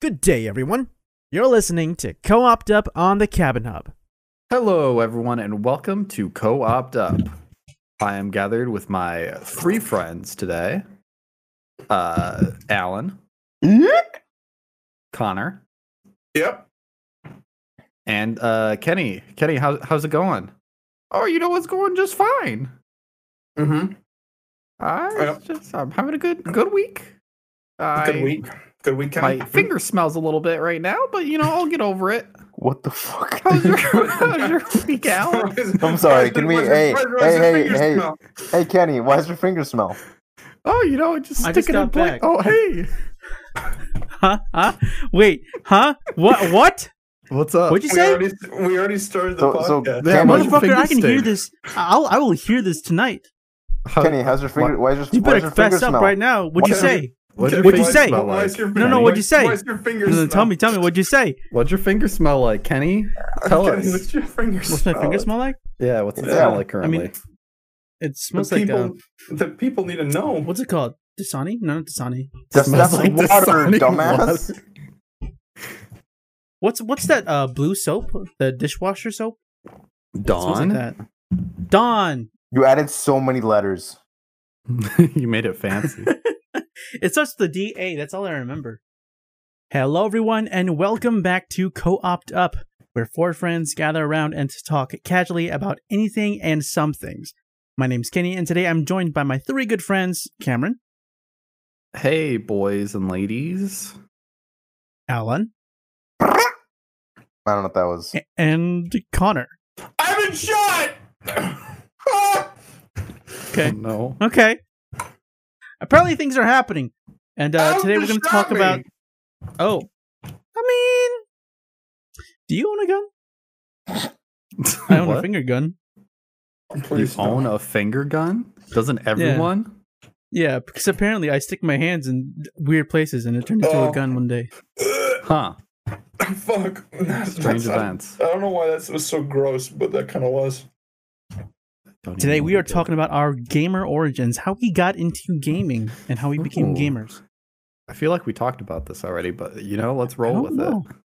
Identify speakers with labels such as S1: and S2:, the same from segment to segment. S1: Good day, everyone. You're listening to Co opt Up on the Cabin Hub.
S2: Hello, everyone, and welcome to Co opt Up. I am gathered with my three friends today uh, Alan, Connor,
S3: Yep.
S2: and uh, Kenny. Kenny, how, how's it going? Oh, you know what's going just fine.
S3: Mm-hmm.
S2: I
S3: Yep.
S2: just, I'm having a good good week. I-
S3: Good week. Good week, Kenny.
S2: My finger smells a little bit right now, but you know I'll get over it.
S4: What the fuck?
S2: How's your, how's your week, Alan?
S4: I'm sorry, can we- hey, hey, hey, hey. hey Kenny, why does your finger smell?
S2: Oh, you know, just
S1: I
S2: stick
S1: just
S2: it in
S1: got
S2: play.
S1: back.
S2: Oh, hey,
S1: Huh? Huh? Wait, huh? What? What?
S2: what's up?
S1: What'd you
S3: Uh, We
S1: say?
S3: already, we already started the
S4: So- so-
S3: podcast.
S4: Yeah, Kenny-
S1: Motherfucker, I can
S2: Finger
S1: hear
S2: stick.
S1: this. I'll, I will hear this tonight.
S2: How-
S4: Kenny, how's your finger? Why does your,
S1: You
S4: why does
S1: better
S4: your finger
S1: fess up
S4: smell?
S1: right now. What'd you
S3: Why-
S1: say?
S2: What'd your
S1: What'd you
S2: finger
S1: say?
S2: smell like?
S1: No, no, what'd you say?
S3: Why's your finger
S1: No, no, tell
S3: smell?
S1: me, tell me, what'd you say?
S2: What'd your finger smell like, Kenny? Tell
S3: Kenny,
S2: us.
S3: What's your finger
S1: What's my
S3: smell
S1: finger
S3: like?
S1: smell like?
S2: Yeah, what's it
S4: Yeah.
S2: smell like
S1: I
S2: currently?
S1: mean, It
S3: Uh, The
S1: smells like
S3: people,
S1: uh,
S3: the people need to know.
S1: what's it called? Dasani? No, not Dasani.
S4: That's,
S2: Smells
S4: that's
S2: like
S4: water,
S2: Dasani
S4: dumbass.
S2: water.
S1: What's what's that uh, blue soap? The dishwasher soap? It smells
S2: Dawn,
S1: like that. Dawn.
S4: You added so many letters.
S2: you made it fancy.
S1: It starts with the DA. That's all I remember. Hello, everyone, and welcome back to Co opt Up, where four friends gather around and talk casually about anything and some things. My name's Kenny, and today I'm joined by my three good friends Cameron,
S2: hey, boys and ladies.
S1: Alan,
S4: I don't know what that was.
S1: a- and Connor.
S3: I've been shot.
S1: Okay.
S2: Oh, no.
S1: Okay. Apparently, things are happening. And uh,
S3: Don't
S1: today we're going to
S3: shot
S1: talk
S3: me.
S1: about. Oh. I mean, do you own a gun? I own a
S2: What?
S1: finger gun.
S2: You
S3: Please
S2: own
S3: don't.
S2: a finger gun? Doesn't everyone?
S1: Yeah, because apparently I stick my hands in weird places and it turned into a
S3: Oh.
S1: gun one day.
S3: Ugh,
S2: Huh.
S3: Fuck. That's-
S2: Strange
S3: that's-
S2: events.
S3: I don't know why that was so gross, but that kind of was.
S2: Don't even
S1: Today
S2: know
S1: we
S2: what
S1: are
S2: did.
S1: talking about our gamer origins, how we got into gaming and how we became
S2: Ooh.
S1: gamers.
S2: I feel like we talked about this already, but you know, let's roll
S1: don't
S2: with
S1: know.
S2: it.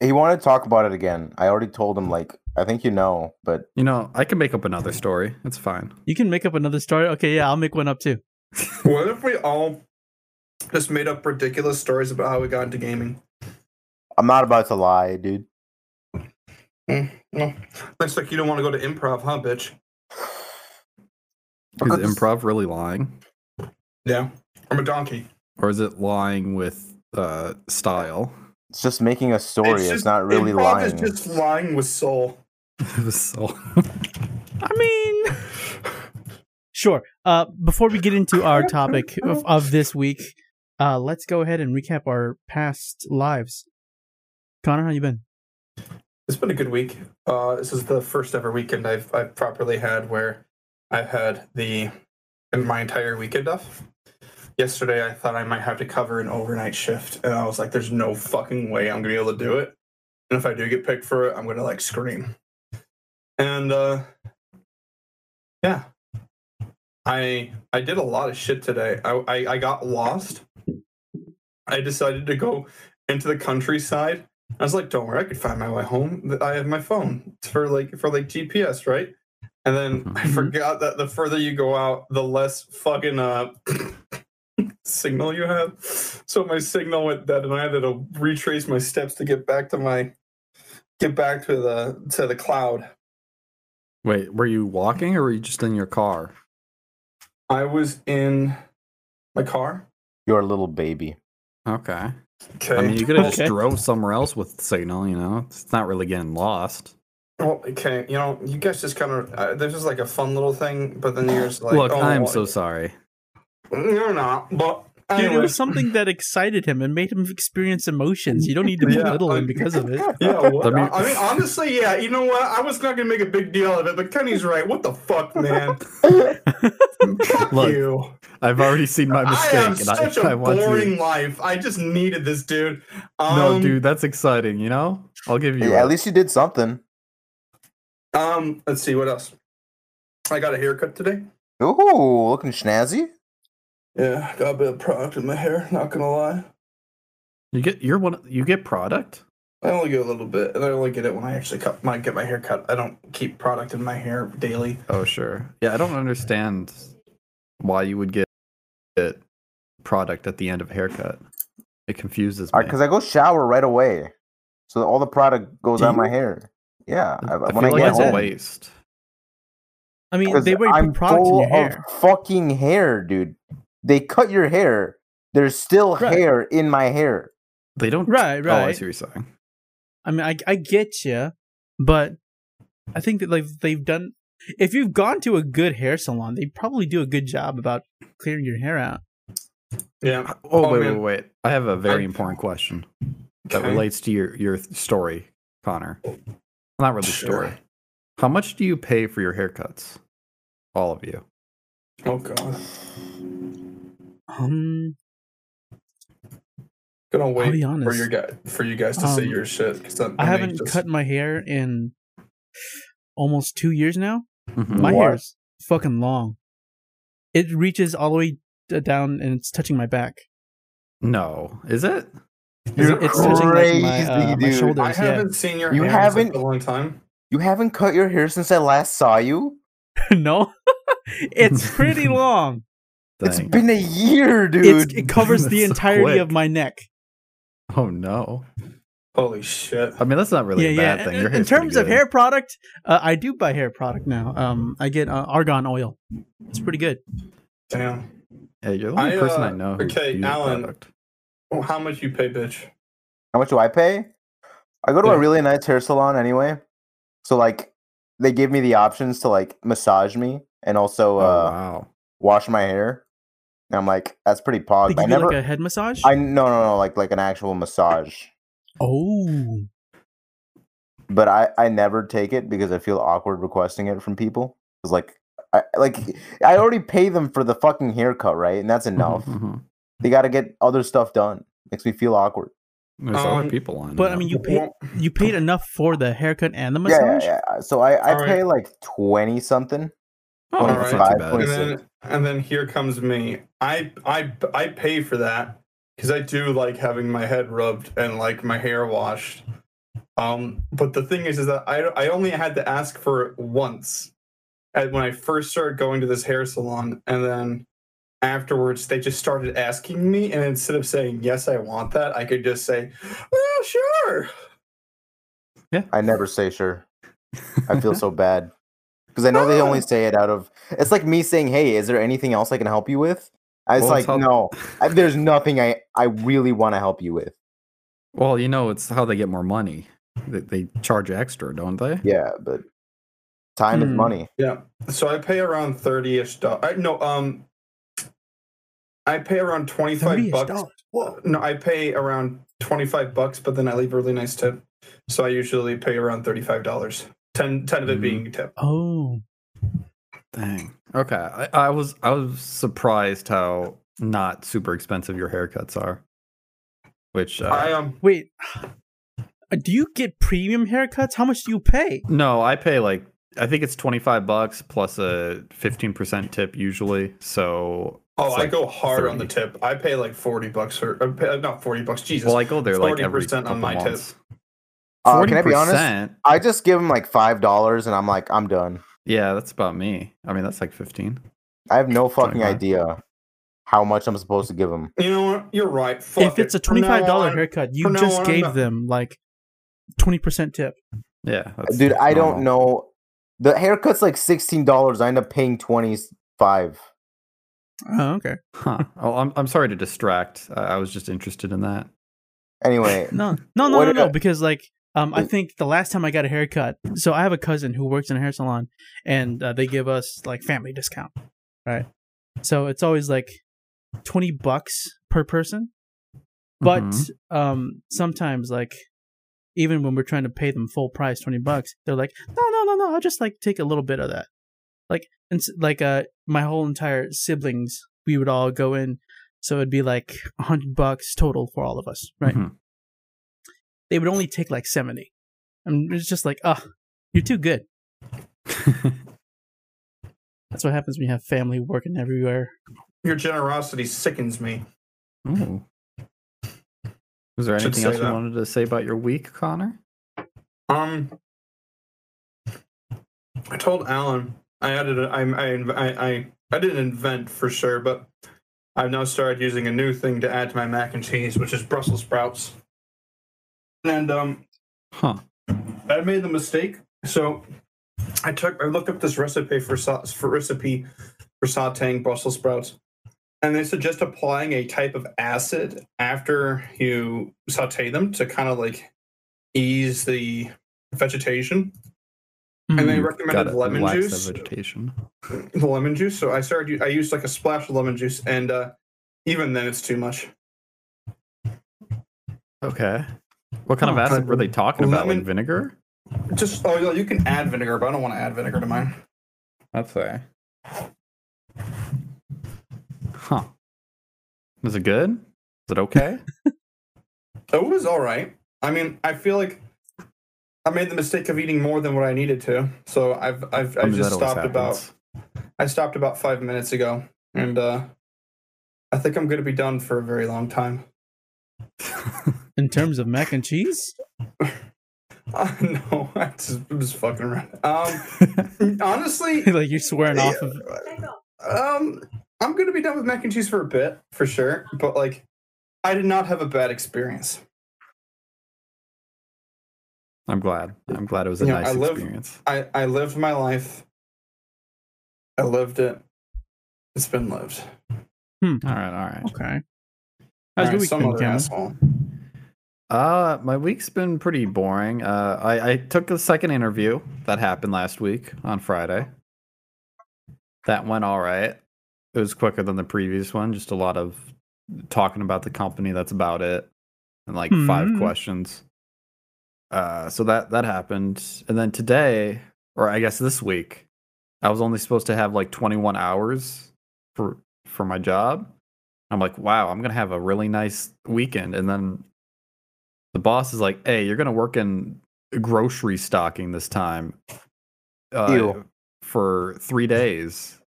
S4: He wanted to talk about it again. I already told him, like, I think you know, but
S2: You know, I can make up another story. It's fine.
S1: You can make up another story. Okay, yeah, I'll make one up too.
S3: What if we all just made up ridiculous stories about how we got into gaming?
S4: I'm not about to lie, dude.
S3: No. Looks like you don't want to go to improv, huh, bitch?
S2: Is
S4: Because-
S2: improv really lying?
S3: Yeah. I'm a donkey.
S2: Or is it lying with uh, style?
S4: It's just making a story. It's,
S3: just-
S4: not really
S3: improv
S4: lying.
S3: is just lying with soul.
S2: It was so.
S1: I mean, sure. Uh, before we get into our topic of, of this week, uh, let's go ahead and recap our past lives. Connor, how you been?
S3: It's been a good week. Uh, this is the first ever weekend I've I've properly had where I've had the and my entire weekend off. Yesterday, I thought I might have to cover an overnight shift, and I was like, "There's no fucking way I'm gonna be able to do it." And if I do get picked for it, I'm gonna like scream. And uh, yeah, I I did a lot of shit today. I I, I got lost. I decided to go into the countryside I was like, don't worry, I could find my way home. Th- I have my phone. It's for like for like GPS, right? And then I
S1: Mhm.
S2: Mm-hmm.
S3: forgot that the further you go out, the less fucking uh signal you have. So my signal went dead, and I had to retrace my steps to get back to my get back to the to the cloud.
S2: Wait, were you walking or were you just in your car?
S3: I was in my car.
S4: You're a little baby.
S2: Okay.
S3: Okay.
S2: I mean, you could have
S1: Okay.
S2: just drove somewhere else with signal, you know? It's not really getting lost.
S3: well, okay. You know, you guys just kind of uh, this is like a fun little thing, but then you're just like,
S2: Look,
S3: oh,
S2: I'm
S3: well,
S2: so sorry.
S3: You're not, but.
S1: Dude, it
S3: anyway.
S1: was something that excited him and made him experience emotions. You don't need to
S3: Yeah,
S1: belittle him
S3: I-
S1: because of it.
S3: Yeah, what?
S2: Let me-
S3: I mean, honestly, yeah. You know what? I was not gonna make a big deal of it, but Kenny's right. What the fuck, man? fuck
S2: Look,
S3: you.
S2: I've already seen my
S3: I
S2: mistake.
S3: have
S2: and I-
S3: such a
S2: I want to-
S3: boring life. I just needed this dude. Um,
S2: No, dude, that's exciting, you know? I'll give you.
S4: Hey, at
S2: that.
S4: least you did something.
S3: Um, let's see what else. I got a haircut today.
S4: Ooh, looking snazzy.
S3: Yeah, got a bit of product in my hair. Not gonna lie.
S2: You get you're one. You get product.
S3: I only get a little bit, and I only get it when I actually cut my get my hair cut. I don't keep product in my hair daily.
S2: Oh sure. Yeah, I don't understand why you would get get product at the end of a haircut. It confuses me.
S4: Because I go shower right away, so all the product goes
S3: Do
S4: on my
S3: you?
S4: hair. Yeah, I,
S2: I feel
S4: when I
S2: like
S4: get
S2: it's a
S4: home,
S2: waste.
S1: I mean,
S4: 'Cause
S1: they would
S4: I'm
S1: put products in
S4: full
S1: your hair.
S4: of fucking hair, dude. They cut your hair. There's still
S1: Right.
S4: hair in my hair.
S2: They don't.
S1: Right,
S2: Oh, I
S1: right.
S2: see what you're saying.
S1: I mean, I, I get you, but I think that like they've done. If you've gone to a good hair salon, they probably do a good job about clearing your hair out.
S3: Yeah.
S2: Oh,
S3: Oh,
S2: wait,
S3: man.
S2: wait, wait. I have a very
S3: I-
S2: important question that
S3: Okay.
S2: relates to your your story, Connor. Not really
S3: Sure.
S2: story. How much do you pay for your haircuts? All of you.
S3: Oh god.
S1: Um,
S3: Gonna wait
S1: be
S3: for
S1: honest.
S3: your guy for you guys to say
S1: Um,
S3: your shit. 'cause then
S1: I
S3: when they
S1: haven't
S3: just-
S1: cut my hair in almost two years now.
S2: Mhm.
S1: My
S4: What?
S1: hair's fucking long. It reaches all the way d- down and it's touching my back.
S2: No, is it?
S4: You're
S1: it's
S4: crazy,
S1: touching like my, uh, my
S4: dude.
S1: shoulders.
S3: I
S1: yeah.
S3: haven't seen your
S4: You
S3: hair in
S4: haven't-
S3: such a long time.
S4: You haven't cut your hair since I last saw you.
S1: no, it's pretty long.
S4: It's
S2: Dang.
S4: been a year, dude.
S1: It's, it covers the
S2: That's so
S1: entirety of
S2: quick.
S1: my neck.
S2: Oh no.
S3: Holy shit.
S2: I mean, that's not really a bad
S1: In-
S2: thing.
S1: in-
S2: Your
S1: In,
S2: hair's pretty
S1: terms of
S2: good.
S1: hair product, uh, I do buy hair product now. Um, I get uh, argon oil. It's pretty good.
S3: Damn.
S2: Yeah, you're the only
S3: I,
S2: person I
S3: uh,
S2: know who
S3: okay,
S2: uses
S3: Alan.
S2: product.
S3: Oh, how much you pay, bitch?
S4: How much do I pay? I go to
S3: Yeah.
S4: a really nice hair salon anyway. So like they give me the options to like massage me and also
S2: Oh,
S4: uh
S2: wow.
S4: wash my hair. And I'm like, that's pretty
S1: They
S4: pog. I
S1: give you
S4: never
S1: like a head massage.
S4: I no no no like like an actual massage.
S1: oh,
S4: But I I never take it because I feel awkward requesting it from people. Cuz like I like I already pay them for the fucking haircut, right? And
S1: Mm-hmm,
S4: that's enough.
S2: Mhm, mhm.
S4: They got to get other stuff done. Makes me feel awkward.
S2: There's other
S3: Um,
S2: people on.
S1: but I mean, you paid
S3: Well,
S1: you paid enough for the haircut and the
S4: Yeah,
S1: massage.
S4: Yeah, yeah. So I I
S3: All right.
S4: pay like 20 something.
S2: oh, that's not too
S4: 25,
S2: bad.
S3: and
S4: 26.
S3: then and then here comes me. I I I pay for that because I do like having my head rubbed and like my hair washed. Um, but the thing is, is that I I only had to ask for it once, and when I first started going to this hair salon, and then afterwards they just started asking me, and instead of saying yes, I want that, I could just say, well, sure.
S4: I never say sure. I feel so bad because I know they only say it out of. It's like me saying, "Hey, is there anything else I can help you with?" I was
S2: Well,
S4: like,
S2: it's how-
S4: "No, I, there's nothing I I really want to help you with."
S2: Well, you know, it's how they get more money. They, they charge extra, don't they?
S4: Yeah, but time is
S1: Hmm.
S4: money.
S3: Yeah. So I pay around thirty ish dollars. No, um, I pay around twenty five
S1: Thirty-ish
S3: bucks.
S1: dollars.
S3: Well, no, I pay around twenty five bucks, but then I leave a really nice tip. So I usually pay around thirty five dollars. Ten, 10 of it
S2: Mhm.
S3: being tip.
S1: Oh,
S2: Dang. Okay. I, I was I was surprised how not super expensive your haircuts are. Which uh,
S3: I um
S1: wait. Uh, Do you get premium haircuts? How much do you pay?
S2: no, I pay like I think it's twenty five bucks plus a fifteen percent tip usually. So
S3: oh
S2: it's
S3: I
S2: like-
S3: go hard on the
S2: 30.
S3: tip. I pay like forty bucks or uh, pay, not forty bucks. Jesus.
S2: Well, I go there like every
S3: 40% on
S2: couple
S3: my tip.
S2: months.
S4: Uh, can I be honest?
S2: 40%?
S4: I just give them like five dollars, and I'm like, I'm done.
S2: Yeah, that's about me. I mean, that's like fifteen.
S4: I have no fucking
S2: 25.
S4: idea how much I'm supposed to give them.
S3: you know what? You're right. Fuck
S1: if it's
S3: it.
S1: a
S3: From
S1: twenty
S3: now
S1: five dollar
S3: on-
S1: haircut, you
S3: from now
S1: just
S3: on, I'm
S1: gave
S3: not-
S1: them like twenty percent tip.
S2: Yeah, that's,
S4: Dude,
S2: that's
S4: I don't
S2: normal.
S4: know. The haircut's like sixteen dollars. I end up paying twenty five.
S1: Oh, okay.
S2: Huh. Oh, I'm I'm sorry to distract. I, I was just interested in that.
S4: Anyway,
S1: No, no, no,
S4: What
S1: no,
S4: did
S1: no.
S4: I-
S1: Because like, um, I think the last time I got a haircut, so I have a cousin who works in a hair salon, and uh, they give us like family discount, right? So it's always like twenty bucks per person, but
S2: Mhm.
S1: um, sometimes like even when we're trying to pay them full price, twenty bucks, they're like, no, no, no, no, I'll just like take a little bit of that, like and s- like uh, my whole entire siblings, we would all go in. So it'd be like a hundred bucks total for all of us, right?
S2: Mhm.
S1: they would only take like 70. And it's just like, ugh, you're too good. That's what happens when you have family working everywhere.
S3: Your generosity sickens me.
S2: Ooh. Was there
S3: Should
S2: anything
S3: say
S2: else you
S3: that.
S2: wanted to say about your week, Connor?
S3: Um, I told Alan I added a, I, I, I, I, I didn't invent for sure, but I've now started using a new thing to add to my mac and cheese, which is Brussels sprouts. And um,
S2: Huh.
S3: I made the mistake. So I took I looked up this recipe for sa- for recipe for sautéing Brussels sprouts, and they suggest applying a type of acid after you sauté them to kind of like ease the vegetation. And
S1: Mm.
S3: they
S2: Hmm. Got
S3: recommended
S2: it.
S3: lemon
S2: Relax
S3: juice,
S2: the vegetation.
S3: the lemon juice. So I started. u- I used like a splash of lemon juice, and uh, even then, it's too much.
S2: Okay. What kind of
S3: Oh,
S2: acid were they talking about? Like
S3: lemon-
S2: vinegar?
S3: Just oh, no, you can add vinegar, but I don't want to add vinegar to mine.
S2: That's fair. Huh. Is it good? Is it okay?
S3: It was all right. I mean, I feel like I made the mistake of eating more than what I needed to, so I've I've I
S2: mean,
S3: just
S2: that always
S3: stopped about
S2: happens.
S3: I stopped about five minutes ago, and uh, I think I'm gonna be done for a very long time.
S1: In terms of mac and cheese,
S3: Uh, no, I just, I'm just fucking around. Um, honestly,
S1: like you're swearing off of
S3: Um, I'm gonna be done with mac and cheese for a bit, for sure. But like, I did not have a bad experience.
S2: I'm glad. I'm glad it was a
S3: You know,
S2: nice
S3: I live-
S2: experience.
S3: I I lived my life. I lived it. It's been lived.
S2: All right, all right.
S1: Okay. How's your
S3: All right,
S1: week
S3: some
S1: been,
S3: other
S1: Cameron?
S3: asshole.
S2: Uh, my week's been pretty boring. Uh, I, I took the second interview that happened last week on Friday. That went all right. It was quicker than the previous one. Just a lot of talking about the company. That's about it. And like five
S1: Hmm.
S2: questions. Uh, so that that happened, and then today, or I guess this week, I was only supposed to have like 21 hours for for my job. I'm like, wow, I'm gonna have a really nice weekend, and then the boss is like, hey, you're gonna work in grocery stocking this time, uh,
S4: Ew.
S2: for three days.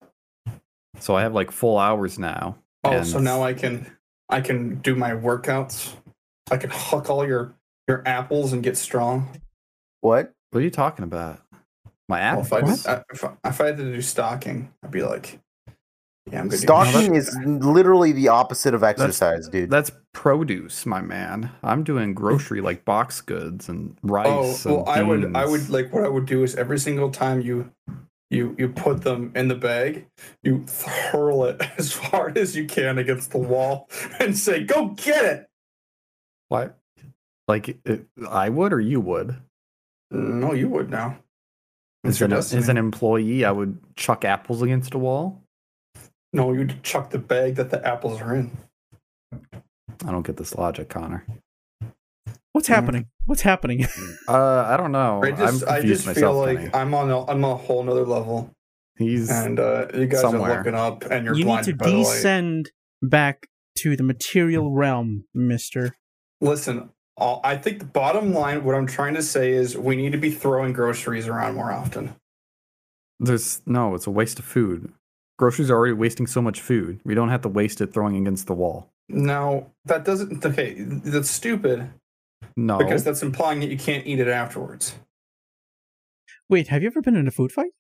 S2: So I have like full hours now.
S3: Oh,
S2: and-
S3: so now I can I can do my workouts. I can huck all your your apples and get strong.
S4: What?
S2: What are you talking about? My
S3: Well,
S2: app.
S3: if I, did, I, if, I, if I had to do stocking, I'd be like, yeah, I'm gonna
S4: Stalking
S3: do
S4: is literally the opposite of exercise, dude.
S2: That's produce, my man. I'm doing grocery like box goods and
S3: Oh
S2: rice.
S3: well,
S2: and
S3: I would, I would
S2: beans.
S3: like what I would do is every single time you, you, you put them in the bag, you hurl it as hard as you can against the wall and say, "Go get it."
S2: What? Like it, I would or you would?
S3: No, you would now. It's
S2: As
S3: your
S2: an, as
S3: destiny.
S2: an employee, I would chuck apples against a wall.
S3: no, you'd chuck the bag that the apples are in.
S2: I don't get this logic, Connor.
S1: What's
S3: Mm.
S1: happening? What's happening?
S2: Uh, I don't know.
S3: Hmm. I just,
S2: I'm
S3: I
S2: confused
S3: just feel
S2: myself,
S3: like
S2: Kenny.
S3: I'm on, a, I'm on a whole nother level,
S2: he's
S3: and uh, you guys
S2: Somewhere.
S3: are looking up, and you're
S1: you need
S3: blinded
S1: to
S3: by the light.
S1: descend back to the material realm, mister.
S3: Listen, all, I think the bottom line, what I'm trying to say is, we need to be throwing groceries around more often.
S2: there's no. It's a waste of food. Groceries are already wasting so much food. We don't have to waste it throwing against the wall.
S3: Now that doesn't okay. That's stupid
S2: No,
S3: because that's implying that you can't eat it afterwards.
S1: Wait, have you ever been in a food fight?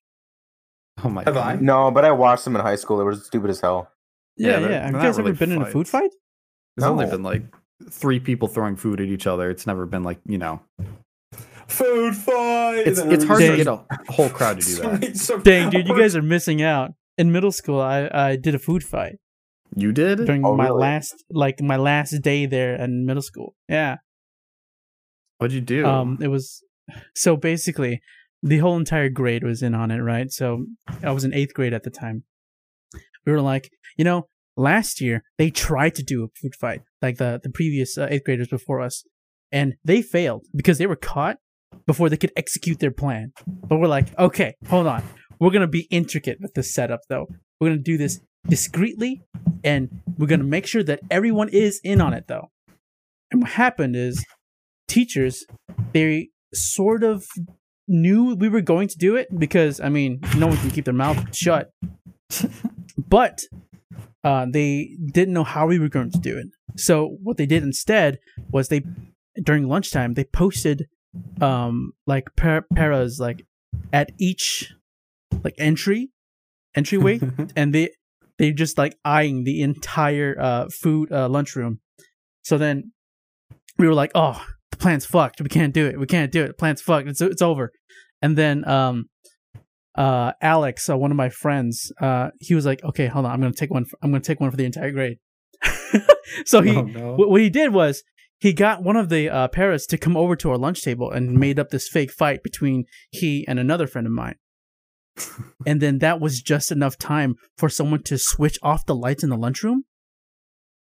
S2: oh my
S3: Have
S2: God.
S3: I?
S4: No, but I watched them in high school. They were stupid as hell.
S2: Yeah,
S1: Yeah, yeah.
S2: they're-
S1: Have you
S2: they're
S1: guys
S2: not
S1: ever
S2: really
S1: been in a food fight?
S2: There's only
S4: No.
S2: been like three people throwing food at each other. It's never been like you know.
S3: Food fight.
S2: Mm-hmm. It's
S3: And
S2: it's hard
S1: Dang.
S2: to get a whole crowd to do
S3: so
S2: that.
S3: many- so-
S1: Dang, dude, you guys are missing out. In middle school, I, I did a food fight
S2: You did?
S1: during
S4: Oh,
S1: my
S4: really?
S1: last, like my last day there in middle school. Yeah.
S2: What'd you do?
S1: Um, it was so basically the whole entire grade was in on it, right? So I was in eighth grade at the time. We were like, you know, last year they tried to do a food fight, like the the previous uh, eighth graders before us, and they failed because they were caught before they could execute their plan. But we're like, okay, hold on, we're gonna be intricate with this setup though. We're gonna do this discreetly, and we're gonna make sure that everyone is in on it though. And what happened is teachers they sort of knew we were going to do it because I mean, no one can keep their mouth shut. but uh, they didn't know how we were going to do it. So what they did instead was they during lunchtime they posted um like par- paras like at each like entry entryway and they they just like eyeing the entire uh food uh lunchroom. So then we were like, oh, the plan's fucked. We can't do it. We can't do it. The plan's fucked. It's it's over. And then um uh Alex, uh, one of my friends, uh he was like, okay, hold on, I'm gonna take one. For, I'm gonna take one for the entire grade. so he
S2: Oh, no.
S1: what, what he did was he got one of the uh, Paris to come over to our lunch table and made up this fake fight between he and another friend of mine. and then that was just enough time for someone to switch off the lights in the lunchroom.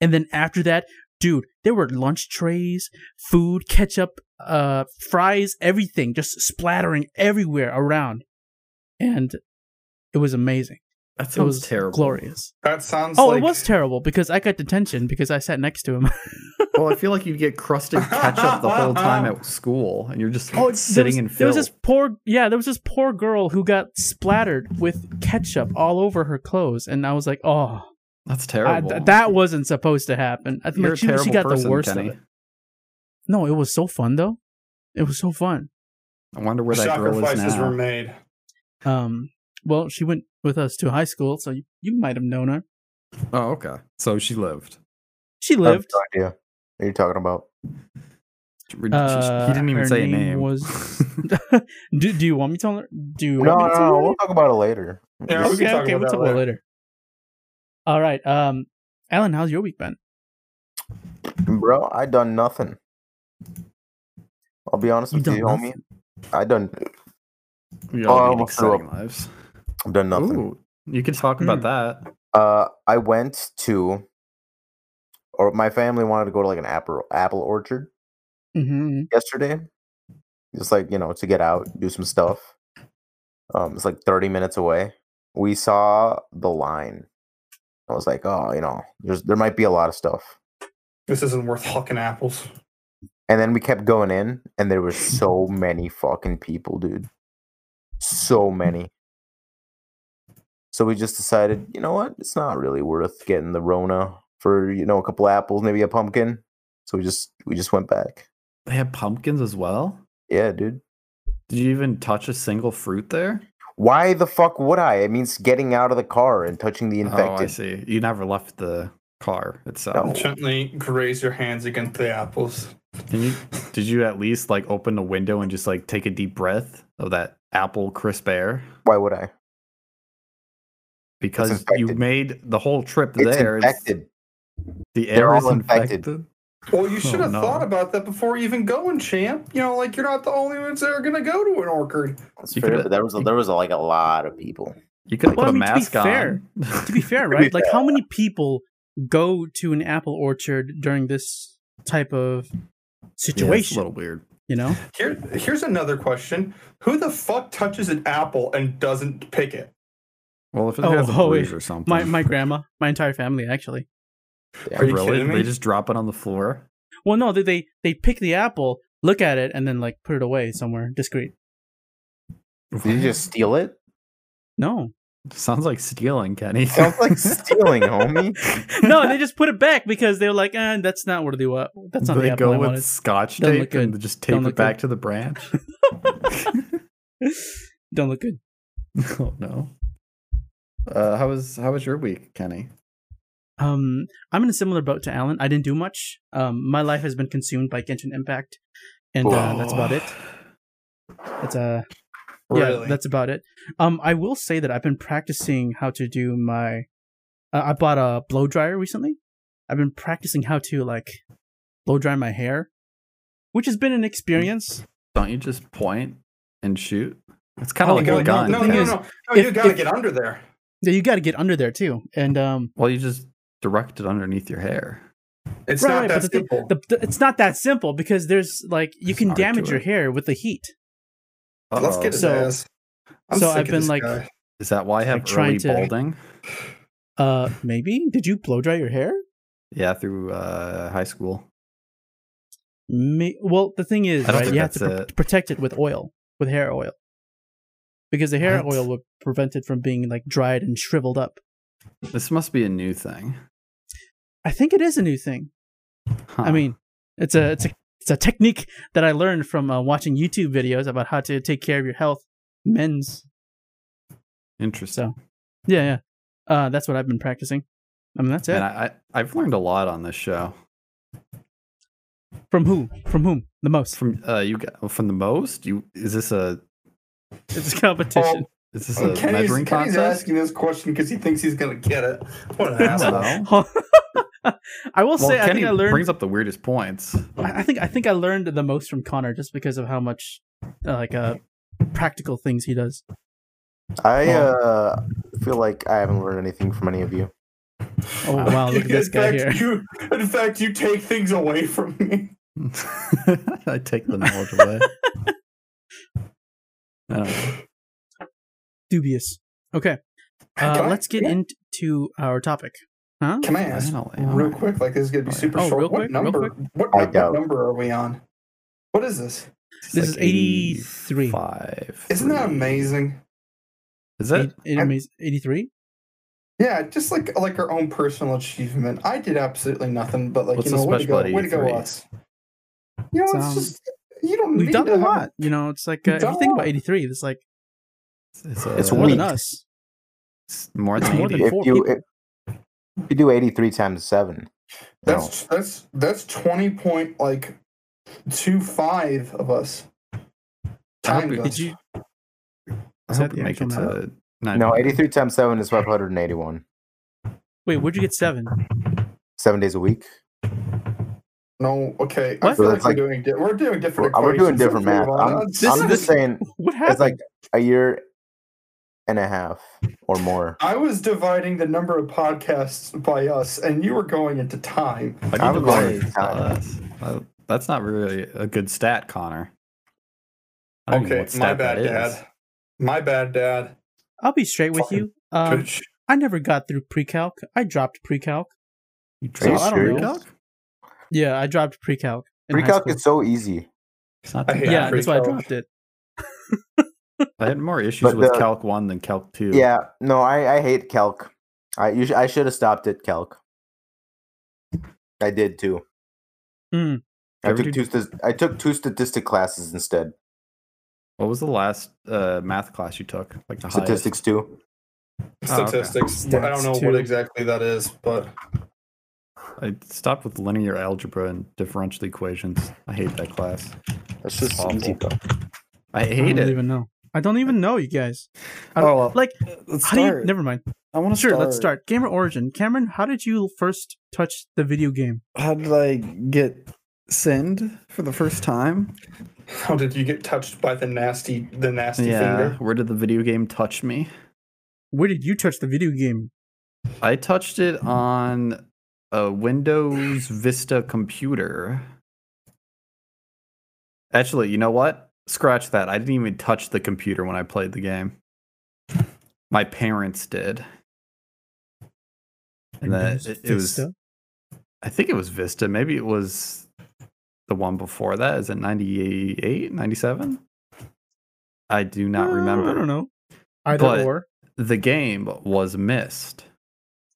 S1: And then after that, dude, there were lunch trays, food, ketchup, uh, fries, everything just splattering everywhere around. And it was amazing.
S2: That
S1: It
S2: sounds
S1: was
S2: terrible.
S1: glorious.
S3: That sounds.
S1: Oh,
S3: like,
S1: it was terrible because I got detention because I sat next to him.
S2: Well, I feel like you'd get crusted ketchup the whole time at school, and you're just like,
S1: Oh, There
S2: sitting
S1: was-
S2: in
S1: There
S2: film.
S1: was this poor, yeah, there was this poor girl who got splattered with ketchup all over her clothes, and I was like, oh,
S2: That's
S1: I-
S2: terrible.
S1: th- that wasn't supposed to happen. I think
S2: you're a
S1: she,
S2: terrible
S1: she got
S2: person,
S1: the worst
S2: Kenny.
S1: of it. No, it was so fun though. It was so fun.
S2: I wonder where that girl is
S3: Sacrifices
S2: now.
S3: were made.
S1: Um, well, she went with us to high school, so you, you might have known her.
S2: Oh, okay. So she lived.
S1: She
S4: I have
S1: lived.
S4: no idea what you're talking about.
S2: She-
S1: Uh,
S2: he didn't even
S1: her
S2: say
S1: name
S2: a name.
S1: was- do Do you want me to tell her? Do you want
S4: No, no,
S1: me to
S4: no,
S1: tell her?
S4: We'll talk about it later.
S3: Yeah, we
S1: okay,
S3: can talk
S1: okay, we'll
S3: about that
S1: talk about it later. All right. Um, Alan, how's your week been?
S4: Bro, I done nothing. I'll be honest
S1: You
S4: with
S1: done
S4: you, homie. I done
S2: We
S4: Oh, I
S2: all lead
S4: almost threw
S2: exciting lives.
S4: I've done nothing.
S2: Ooh, you could talk about
S1: Hmm.
S2: that.
S4: Uh, I went to, or my family wanted to go to like an apple apple orchard
S1: Mm-hmm.
S4: yesterday, just like you know to get out, do some stuff. Um, it's like thirty minutes away. We saw the line. I was like, oh, you know, there's there might be a lot of stuff.
S3: This isn't worth hucking apples.
S4: And then we kept going in, and there were so many fucking people, dude. So many. So we just decided, you know what? It's not really worth getting the Rona for you know a couple apples, maybe a pumpkin. So we just we just went back.
S2: They had pumpkins as well.
S4: Yeah, dude.
S2: Did you even touch a single fruit there?
S4: Why the fuck would I? It means getting out of the car and touching the
S2: Oh, I
S4: infected.
S2: see. You never left the car
S4: No.
S1: Oh.
S2: itself.
S3: Gently graze your hands against the apples.
S2: Can you? Did you at least like open the window and just like take a deep breath of that apple crisp air?
S4: Why would I?
S2: Because you
S4: infected.
S2: made the whole trip
S4: It's
S2: there. it's-
S4: infected.
S2: The air
S4: They're
S2: is
S4: all infected.
S2: infected.
S3: Well, you should
S2: Oh,
S3: have
S2: no.
S3: thought about that before even going, champ. You know, like you're not the only ones that are gonna go to an orchard.
S4: That's
S2: You
S4: fair,
S2: coulda-
S4: but there was a,
S2: you-
S4: there was a, like a lot of people.
S2: You could have
S1: Well,
S2: put
S1: I mean,
S2: a
S1: to be
S2: mask on.
S1: fair- to be fair, right? Like, how many people go to an apple orchard during this type of
S2: Yeah, it's a
S1: situation?
S2: little weird.
S1: you know,
S3: Here, here's another question: Who the fuck touches an apple and doesn't pick it?
S2: Well, if it
S1: Oh,
S2: has a
S1: oh, wait.
S2: bruise or something,
S1: my my grandma, my entire family actually.
S3: Are you
S2: really?
S3: kidding me?
S2: They just drop it on the floor.
S1: Well, no, they they they pick the apple, look at it, and then like put it away somewhere discreet.
S4: Did you just steal it?
S1: No,
S2: sounds like stealing, Kenny.
S4: Sounds like stealing, homie.
S1: no, they just put it back because they're like, eh, that's not what they want. That's not
S2: they
S1: the apple
S2: go
S1: I
S2: with
S1: wanted.
S2: scotch
S1: Don't look
S2: tape and
S1: good.
S2: just
S1: Don't
S2: tape
S1: look
S2: it back to the branch.
S1: Don't look good.
S2: oh no. Uh, how was how was your week, Kenny?
S1: Um, I'm in a similar boat to Alan. I didn't do much. Um, my life has been consumed by Genshin Impact, and uh, that's about it. That's uh
S3: Really?
S1: Yeah, that's about it. Um, I will say that I've been practicing how to do my. Uh, I bought a blow dryer recently. I've been practicing how to like blow dry my hair, which has been an experience.
S2: Don't you just point and shoot? It's kind
S1: Oh,
S2: of like
S1: well,
S2: a gun.
S3: no, no,
S1: thing
S3: no,
S1: is,
S3: no, no!
S1: if-
S3: You gotta
S1: if-
S3: get under there.
S1: Yeah, you got to get under there too, and um,
S2: Well, you just direct it underneath your hair.
S3: It's
S1: Right,
S3: not
S1: right, but
S3: that
S1: the thing-
S3: simple.
S1: the, the, it's not that simple because there's like you
S2: It's
S1: can
S2: hard to
S1: damage your
S2: it.
S1: hair with the heat.
S3: Let's
S2: Uh-oh.
S3: get his
S1: So-
S3: ass.
S1: so
S3: sick
S1: I've
S3: of
S1: been
S3: this
S1: like-
S3: guy.
S2: Is that why I have
S1: like
S2: early
S1: trying to-
S2: balding?
S1: Uh, maybe did you blow dry your hair?
S2: Yeah, through uh, high school.
S1: May- well, the thing is,
S2: I don't
S1: right,
S2: think
S1: you have to
S2: that's
S1: pr-
S2: it.
S1: protect it with oil, with hair oil, because the hair
S2: What?
S1: oil will prevent it from being like dried and shriveled up.
S2: This must be a new thing.
S1: I think it is a new thing.
S2: Huh.
S1: I mean,
S2: Ah.
S1: it's a it's a it's a technique that I learned from uh, watching YouTube videos about how to take care of your health, men's.
S2: interesting.
S1: Yeah, yeah. Uh, that's what I've been practicing. I mean, that's it.
S2: Man, I, I I've learned a lot on this show
S1: from who? From whom? The most?
S2: from uh you got from the most. You is this a
S1: It's a competition.
S2: is this a measuring
S3: Kenny's
S2: contest?
S3: asking this question because he thinks he's gonna get it. What an
S2: I don't
S3: asshole!
S2: know.
S1: I will
S2: Well,
S1: say, I
S2: Kenny
S1: think I learned.
S2: brings up the weirdest points.
S1: I I think I think I learned the most from Connor just because of how much uh, like uh practical things he does.
S4: I uh, feel like I haven't learned anything from any of you.
S1: Oh wow, look at this
S3: in
S1: guy
S3: fact,
S1: here.
S3: You, in fact, you take things away from me.
S2: I take the knowledge away. I don't know.
S1: Dubious. Okay,
S3: Can
S1: uh,
S3: I-
S1: let's get into our topic. Huh?
S3: Can I ask
S2: Finally, all
S3: real
S2: right.
S3: quick? Like this is gonna be
S2: Oh, yeah.
S3: super
S1: Oh, real
S3: short.
S1: quick, real
S3: What number?
S1: quick.
S3: What,
S4: I
S3: num- what
S4: doubt.
S3: number are we on? What is this?
S2: It's
S1: This is 83.
S2: Five.
S3: Isn't that amazing?
S2: Is it?
S3: I'm-
S1: Eighty three.
S3: Yeah, just like like our own personal achievement. I did absolutely nothing, but like
S2: What's
S3: you
S2: so
S3: know, way to
S2: special
S3: go,
S2: about
S3: way to go
S2: 83?
S3: us. You know,
S1: Sounds-
S3: it's just you don't
S1: We've
S3: need
S1: done
S3: to
S1: a
S3: have-
S1: lot. You know, it's like uh,
S3: We've
S1: if
S3: done
S1: you
S3: a
S1: think about
S3: lot.
S1: eighty three, it's like
S2: It's, uh,
S1: it's more than
S4: weak.
S1: us.
S2: It's more
S1: It's
S2: than
S1: more than
S2: 80.
S4: If
S1: four
S4: you
S1: people.
S4: if, if you do eighty three times seven, no,
S3: That's that's that's twenty point like two five of us.
S2: I hope
S3: Times
S2: we-
S3: us.
S1: Did you?
S2: I
S1: Is
S2: hope
S1: that
S2: we
S1: the
S2: make
S1: actual
S2: it to nine-
S4: no eighty three times seven is five hundred and eighty one.
S1: Wait, where'd you get seven?
S4: Seven days a week.
S3: No, okay. I
S1: What?
S3: feel
S4: So
S3: like,
S4: it's
S3: we're
S4: like-
S3: doing di- we're doing different.
S4: We're- we're doing
S3: equations.
S4: different
S3: Let's
S4: math.
S3: move
S4: I'm,
S3: on.
S4: I'm
S1: This is-
S4: just saying
S1: What happened?
S4: it's like a year and a half or more.
S3: I was dividing the number of podcasts by us, and you were going into time.
S2: I need
S4: I
S2: to
S4: would
S2: learn
S4: like-
S2: about us. Uh, That's not really a good stat, Connor. I don't even know
S3: Okay,
S2: what
S3: my
S2: stat that
S3: bad,
S2: is.
S3: Dad. My bad, Dad.
S1: I'll be straight with you.
S2: Uh,
S1: Um,
S3: Bitch.
S1: I never got through pre-calc. I dropped pre-calc.
S2: You
S4: Are you
S2: dropped
S1: I don't know.
S2: pre-calc?
S1: Yeah, I dropped pre-calc. in high
S4: Pre-calc
S1: school.
S4: is so easy.
S2: It's not
S3: I
S2: too
S3: hate
S2: bad.
S1: yeah, that's why I
S3: pre-calc.
S1: dropped it.
S2: I had more issues
S4: But
S2: with
S4: the-
S2: calc one than calc two.
S4: Yeah, no, I, I hate calc. I you sh- I should have stopped at calc. I did too.
S1: Mm.
S4: I
S2: Ever
S4: took
S2: do-
S4: two stas- I took two statistic classes instead.
S2: What was the last uh, math class you took? Like the
S4: Statistics too.
S2: Oh, okay.
S3: Statistics. I
S1: Stats
S3: don't know
S1: too.
S3: what exactly that is, but
S2: highest? I stopped with linear algebra and differential equations. I hate that class.
S4: That's just
S2: Awful.
S4: easy though.
S2: I
S1: I
S2: hate
S1: don't
S2: it.
S1: even know. I don't even know you guys. I don't-
S2: Oh, well,
S1: like,
S2: let's
S1: how do you? Never mind.
S2: I want to
S1: Sure, let's start. Gamer origin. Cameron, how did you first touch the video game?
S2: How did I get sinned for the first time?
S3: how did you get touched by the nasty, the nasty
S2: Yeah.
S3: finger?
S2: Where did the video game touch me?
S1: Where did you touch the video game?
S2: I touched it on a Windows Vista computer. Actually, you know what? Scratch that. I didn't even touch the computer when I played the game. My parents did. And then
S1: Windows
S2: it, it was
S1: Vista?
S2: I think it was Vista. Maybe it was the one before that. Is it 98, 97? I do not
S1: Uh,
S2: remember.
S1: I don't know. Either
S2: But-
S1: or.
S2: The game was missed.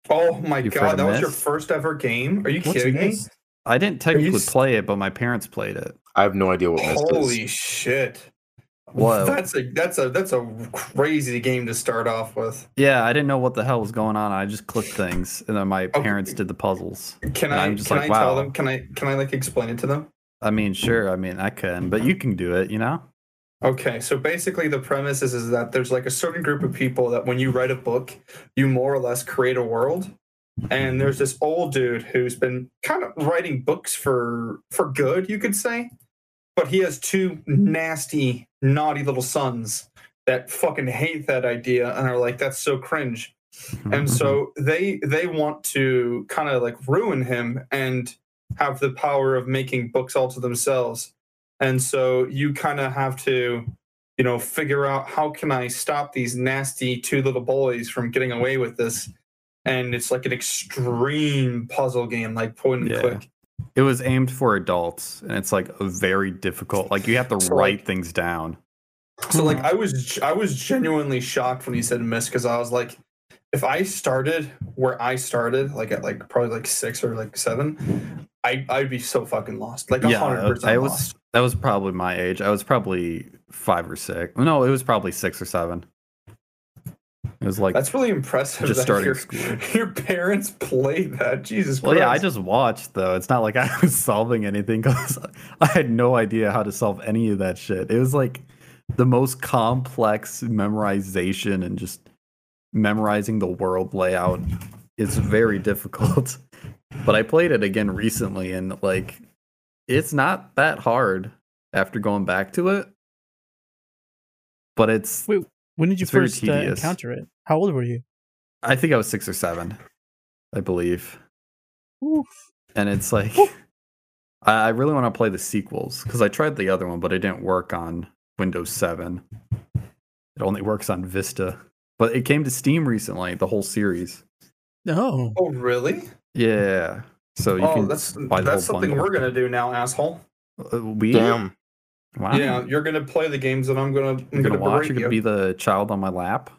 S3: Oh my
S2: You've heard
S3: god,
S2: of
S3: that was your
S2: Myst?
S3: first ever game? Are you
S2: What's
S3: kidding me?
S2: Myst? I didn't
S3: you
S2: technically
S3: s-
S2: play it, but my parents played it.
S4: I have no idea what missed is.
S3: Holy shit!
S2: Whoa.
S3: That's a that's a that's a crazy game to start off with.
S2: Yeah, I didn't know what the hell was going on. I just clicked things, and then my
S3: Okay.
S2: parents did the puzzles.
S3: Can
S2: And
S3: I
S2: I'm just
S3: can
S2: like,
S3: I tell
S2: wow.
S3: them? Can I can I like explain it to them?
S2: I mean, sure, I mean, I can, but you can do it, you know?
S3: Okay, so basically the premise is, is that there's like a certain group of people that when you write a book, you more or less create a world. And there's this old dude who's been kind of writing books for for good, you could say. But he has two nasty, naughty little sons that fucking hate that idea and are like, that's so cringe and so they they want to kind of like ruin him and have the power of making books all to themselves and so you kind of have to you know figure out how can i stop these nasty two little boys from getting away with this and it's like an extreme puzzle game like point and
S2: Yeah.
S3: click
S2: it was aimed for adults, and it's like a very difficult, like, you have to
S3: So, like-
S2: write things down. Hmm.
S3: so like i was i was genuinely shocked when he said miss because i was like if I started where I started, like at like probably like six or like seven, I I'd be so fucking lost. Like
S2: yeah,
S3: hundred percent
S2: I was
S3: lost.
S2: that was probably my age. I was probably five or six. No, it was probably six or seven. It was like
S3: That's really impressive.
S2: just
S3: that
S2: starting
S3: your,
S2: school.
S3: Your parents played that. Jesus
S2: Well,
S3: Christ.
S2: yeah, I just watched though. It's not like I was solving anything because I had no idea how to solve any of that shit. It was like the most complex memorization and just memorizing the world layout is very difficult. But I played it again recently and like it's not that hard after going back to it. But it's
S1: When did you
S2: It's very
S1: first uh,
S2: tedious.
S1: encounter it? How old were you?
S2: I think I was 6 or 7, I believe.
S1: Oof.
S2: and it's like
S1: Woo.
S2: I, I really want to play the sequels because I tried the other one, but it didn't work on Windows Seven. It only works on Vista, but it came to Steam recently. The whole series,
S1: No.
S3: Oh really?
S2: yeah. So you
S3: Oh,
S2: can
S3: that's
S2: buy the
S3: that's
S2: whole
S3: something
S2: bundle.
S3: we're gonna do now, asshole.
S2: uh, we
S4: Damn.
S2: wow.
S3: Yeah, you're gonna play the games that I'm gonna. I'm
S2: You're gonna watch.
S3: berate
S2: You're gonna
S3: you.
S2: be the child on my lap.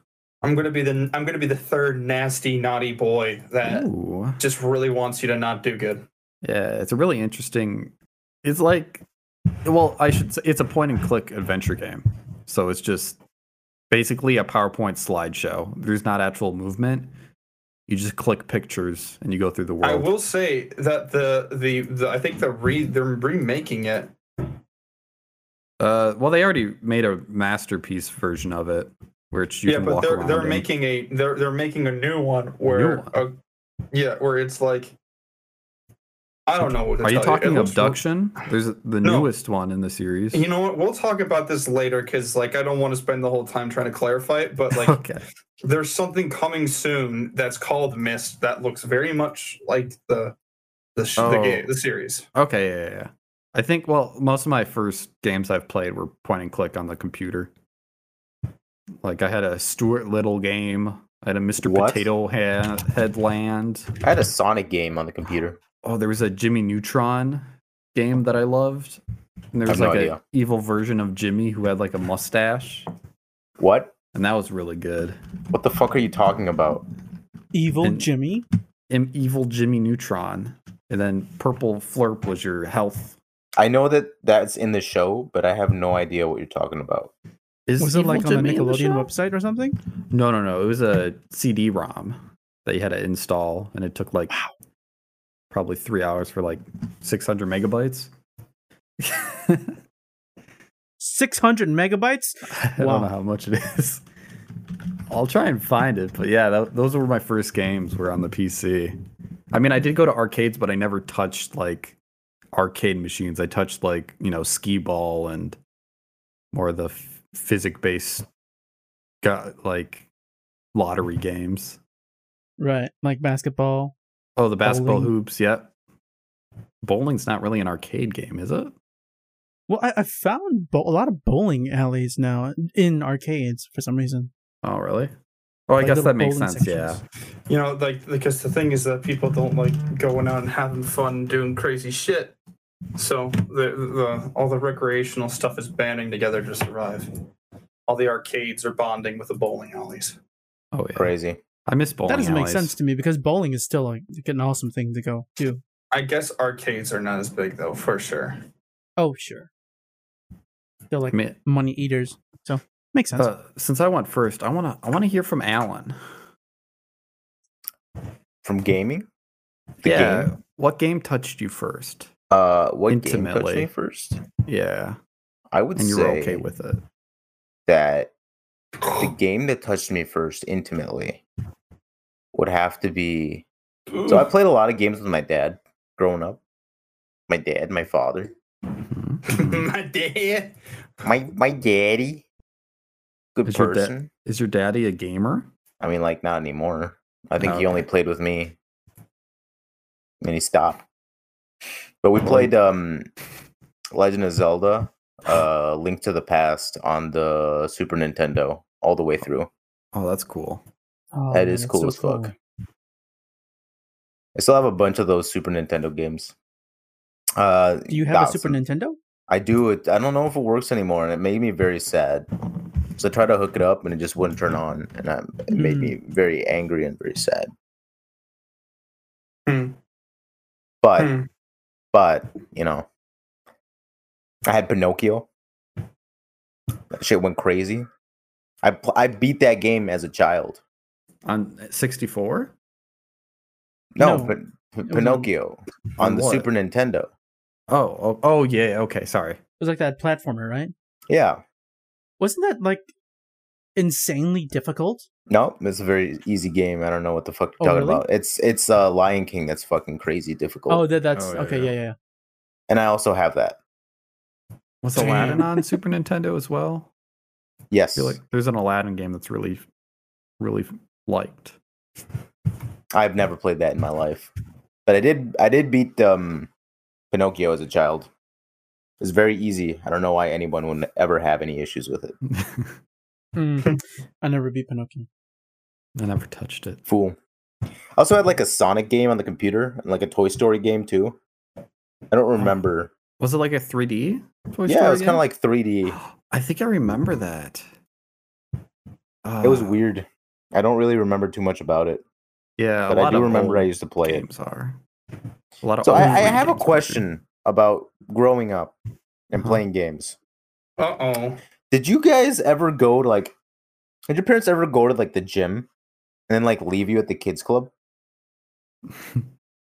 S3: I'm gonna be the I'm gonna be the third nasty naughty boy that
S2: Ooh.
S3: just really wants you to not do good.
S2: Yeah, it's a really interesting. It's like, well, I should say it's a point and click adventure game. So it's just basically a PowerPoint slideshow. There's not actual movement. You just click pictures and you go through the world.
S3: I will say that the the, the I think the re they're remaking it.
S2: Uh, well, they already made a masterpiece version of it, which you
S3: yeah,
S2: can
S3: but
S2: walk
S3: they're
S2: around.
S3: they're
S2: in.
S3: making a they're they're making a new one where
S2: one?
S3: uh, yeah, where it's like I don't know what to
S2: Are you
S3: tell It
S2: talking
S3: looks-
S2: abduction? There's the
S3: No.
S2: newest one in the series.
S3: You know what? We'll talk about this later because like I don't want to spend the whole time trying to clarify it, but like
S2: okay.
S3: there's something coming soon that's called Mist that looks very much like the the sh- the
S2: Oh.
S3: game the series.
S2: Okay, yeah, yeah, yeah. I think well, most of my first games I've played were point and click on the computer. Like I had a Stuart Little game, I had a Mr.
S4: What?
S2: Potato ha- Headland.
S4: I had a Sonic game on the computer.
S2: Oh, there was a Jimmy Neutron game that I loved. And there
S4: I
S2: was
S4: have no
S2: like an
S4: idea.
S2: evil version of Jimmy who had like a mustache,
S4: What?
S2: and that was really good.
S4: What the fuck are you talking about?
S1: Evil
S2: And-
S1: Jimmy.
S2: And evil Jimmy Neutron, and then Purple Flurp was your health.
S4: I know that that's in the show, but I have no idea what you're talking about.
S2: Is
S1: Was it
S2: Evil
S1: like on the
S2: Jimmy in the
S1: Nickelodeon
S2: show?
S1: website or something?
S2: No, no, no. It was a CD-ROM that you had to install, and it took like probably three hours for like 600 megabytes. I
S1: 600 megabytes? Wow.
S2: don't know how much it is. I'll try and find it, but yeah, tho- those were my first games. Were on the PC. I mean, I did go to arcades, but I never touched like arcade machines. I touched like you know skee ball and more of the f- physic based, got like lottery games.
S1: Right. Like basketball.
S2: Oh, the basketball
S1: Bowling.
S2: hoops. Yep. Bowling's not really an arcade game, is it?
S1: Well, I, I found bo- a lot of bowling alleys now in arcades for some reason.
S2: Oh, really? Oh, I
S1: Like
S2: guess
S1: little
S2: that makes
S1: bowling
S2: sense. Yeah.
S1: sections.
S3: You know, like because the thing is that people don't like going out and having fun, doing crazy shit. So the, the all the recreational stuff is banding together to survive. All the arcades are bonding with the bowling alleys.
S2: Oh, yeah.
S4: Crazy.
S2: I miss bowling.
S1: That doesn't make
S2: alleys.
S1: sense to me because bowling is still like, like an awesome thing to go do.
S3: I guess arcades are not as big though, for sure.
S1: Oh, sure. They're like
S2: I mean,
S1: money eaters. So, makes sense.
S2: uh, since I went first, I wanna I wanna hear from Alan.
S4: From gaming? The game?
S2: What game touched you first?
S4: Uh, what game touched
S2: Intimately.
S4: me first?
S2: Yeah.
S4: I would
S2: And you
S4: say
S2: were okay with it.
S4: that the game that touched me first intimately would have to be So I played a lot of games with my dad growing up. My dad, my father,
S2: Mhm. Mhm.
S3: My dad.
S4: my my daddy. Good
S2: Is your da-
S4: person.
S2: is your daddy a gamer?
S4: I mean, like not anymore. I think
S2: Oh,
S4: he only
S2: okay.
S4: played with me. And he stopped. But we
S2: Well,
S4: played um Legend of Zelda, uh Link to the Past on the Super Nintendo all the way through.
S2: Oh, that's cool.
S1: Oh,
S4: that
S1: man,
S4: is
S1: that's
S4: cool
S1: so
S4: as fuck. I still have a bunch of those Super Nintendo games. Uh
S1: Do you have a Super
S4: thousands.
S1: Nintendo?
S4: I do it. I don't know if it works anymore, and it made me very sad. So I tried to hook it up and it just wouldn't turn on, and I, it made me very angry and very sad.
S3: Hmm.
S4: But
S3: Hmm.
S4: but you know, I had Pinocchio. That shit went crazy. I pl- I beat that game as a child.
S2: on 64.
S4: No,
S1: No.
S4: Pin-
S1: was
S4: Pin-
S1: on-
S4: Pinocchio on the
S2: what?
S4: Super Nintendo.
S2: Oh, oh, oh, yeah. Okay, sorry.
S1: It was like that platformer, right?
S4: Yeah.
S1: Wasn't that like insanely difficult?
S4: No, it's a very easy game. I don't know what the fuck
S1: Oh,
S4: you're talking
S1: really?
S4: about. It's it's uh, Lion King that's fucking crazy difficult.
S1: Oh, that, that's
S2: Oh, yeah,
S1: okay. Yeah,
S2: yeah.
S1: yeah.
S4: and I also have that.
S2: Was
S3: Damn.
S2: Aladdin on Super Nintendo as well? I
S4: Yes.
S2: feel like there's an Aladdin game that's really, really liked.
S4: I've never played that in my life. But I did I did beat um Pinocchio as a child. It's very easy. I don't know why anyone would ever have any issues with it.
S1: Mm. I never beat Pinocchio.
S2: I never touched it.
S4: Fool. I also had like a Sonic game on the computer and like a Toy Story game too. I don't remember.
S2: Was it like a 3D? Toy
S4: yeah, it
S2: Story
S4: was kind
S2: game?
S4: of like 3D.
S2: I think I remember that.
S4: It was
S2: Uh,
S4: weird. I don't really remember too much about it,
S2: Yeah, a
S4: but I
S2: lot
S4: do
S2: of
S4: remember I
S2: old
S4: used to play it.
S2: games are. A lot of
S4: So I,
S2: old
S4: I have a
S2: games are.
S4: question about growing up and
S2: Uh-huh.
S4: playing games.
S3: Uh oh.
S4: Did you guys ever go to like? Did your parents ever go to like the gym, and then like leave you at the kids club?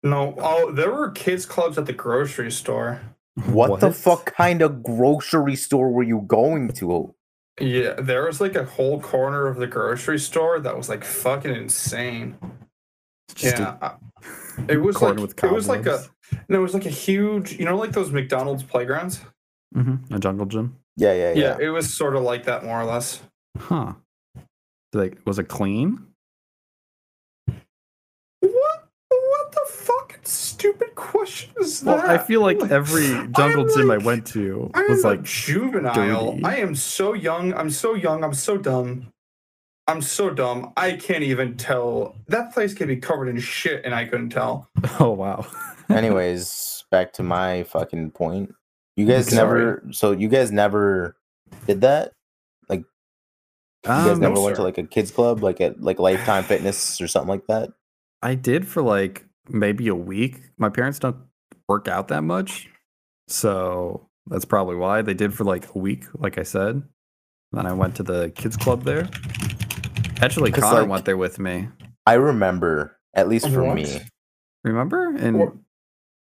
S3: No. Oh, there were kids clubs at the grocery store.
S4: What, the fuck kind of grocery store were you going to?
S3: Yeah, there was like a whole corner of the grocery store that was like fucking insane.
S2: Just a
S3: yeah, I- it was
S2: corner
S3: like
S2: with
S3: it was like a
S2: cobwebs.
S3: and it was like a huge, you know, like those McDonald's playgrounds.
S2: Mhm, a jungle gym.
S4: Yeah, yeah, yeah.
S3: it was sort of like that, more or less.
S2: Huh. Did they- was it clean?
S3: What? What the fucking stupid question is
S2: Well,
S3: that?
S2: I feel like every jungle
S3: I'm
S2: gym I
S3: like-
S2: went to
S3: I am
S2: was
S3: like
S2: like
S3: a juvenile.
S2: dirty.
S3: I am so young. I'm so young. I'm so dumb. I'm so dumb. I can't even tell. That place can be covered in shit, and I couldn't tell.
S2: oh wow.
S4: Anyways, back to my fucking point. You guys
S3: Okay.
S4: never. So you guys never did that. You guys
S2: Um,
S4: never
S3: no,
S4: went to
S3: sir.
S4: like a kids club, like at like Lifetime Fitness or something like that.
S2: I did for like maybe a week. My parents don't work out that much. So that's probably why they did for like a week, like I said. Then I went to the kids club there. Actually,
S4: 'Cause,
S2: Connor
S4: like-
S2: went there with me.
S4: I remember, at least for
S3: What?
S4: me.
S2: Remember? And
S3: What-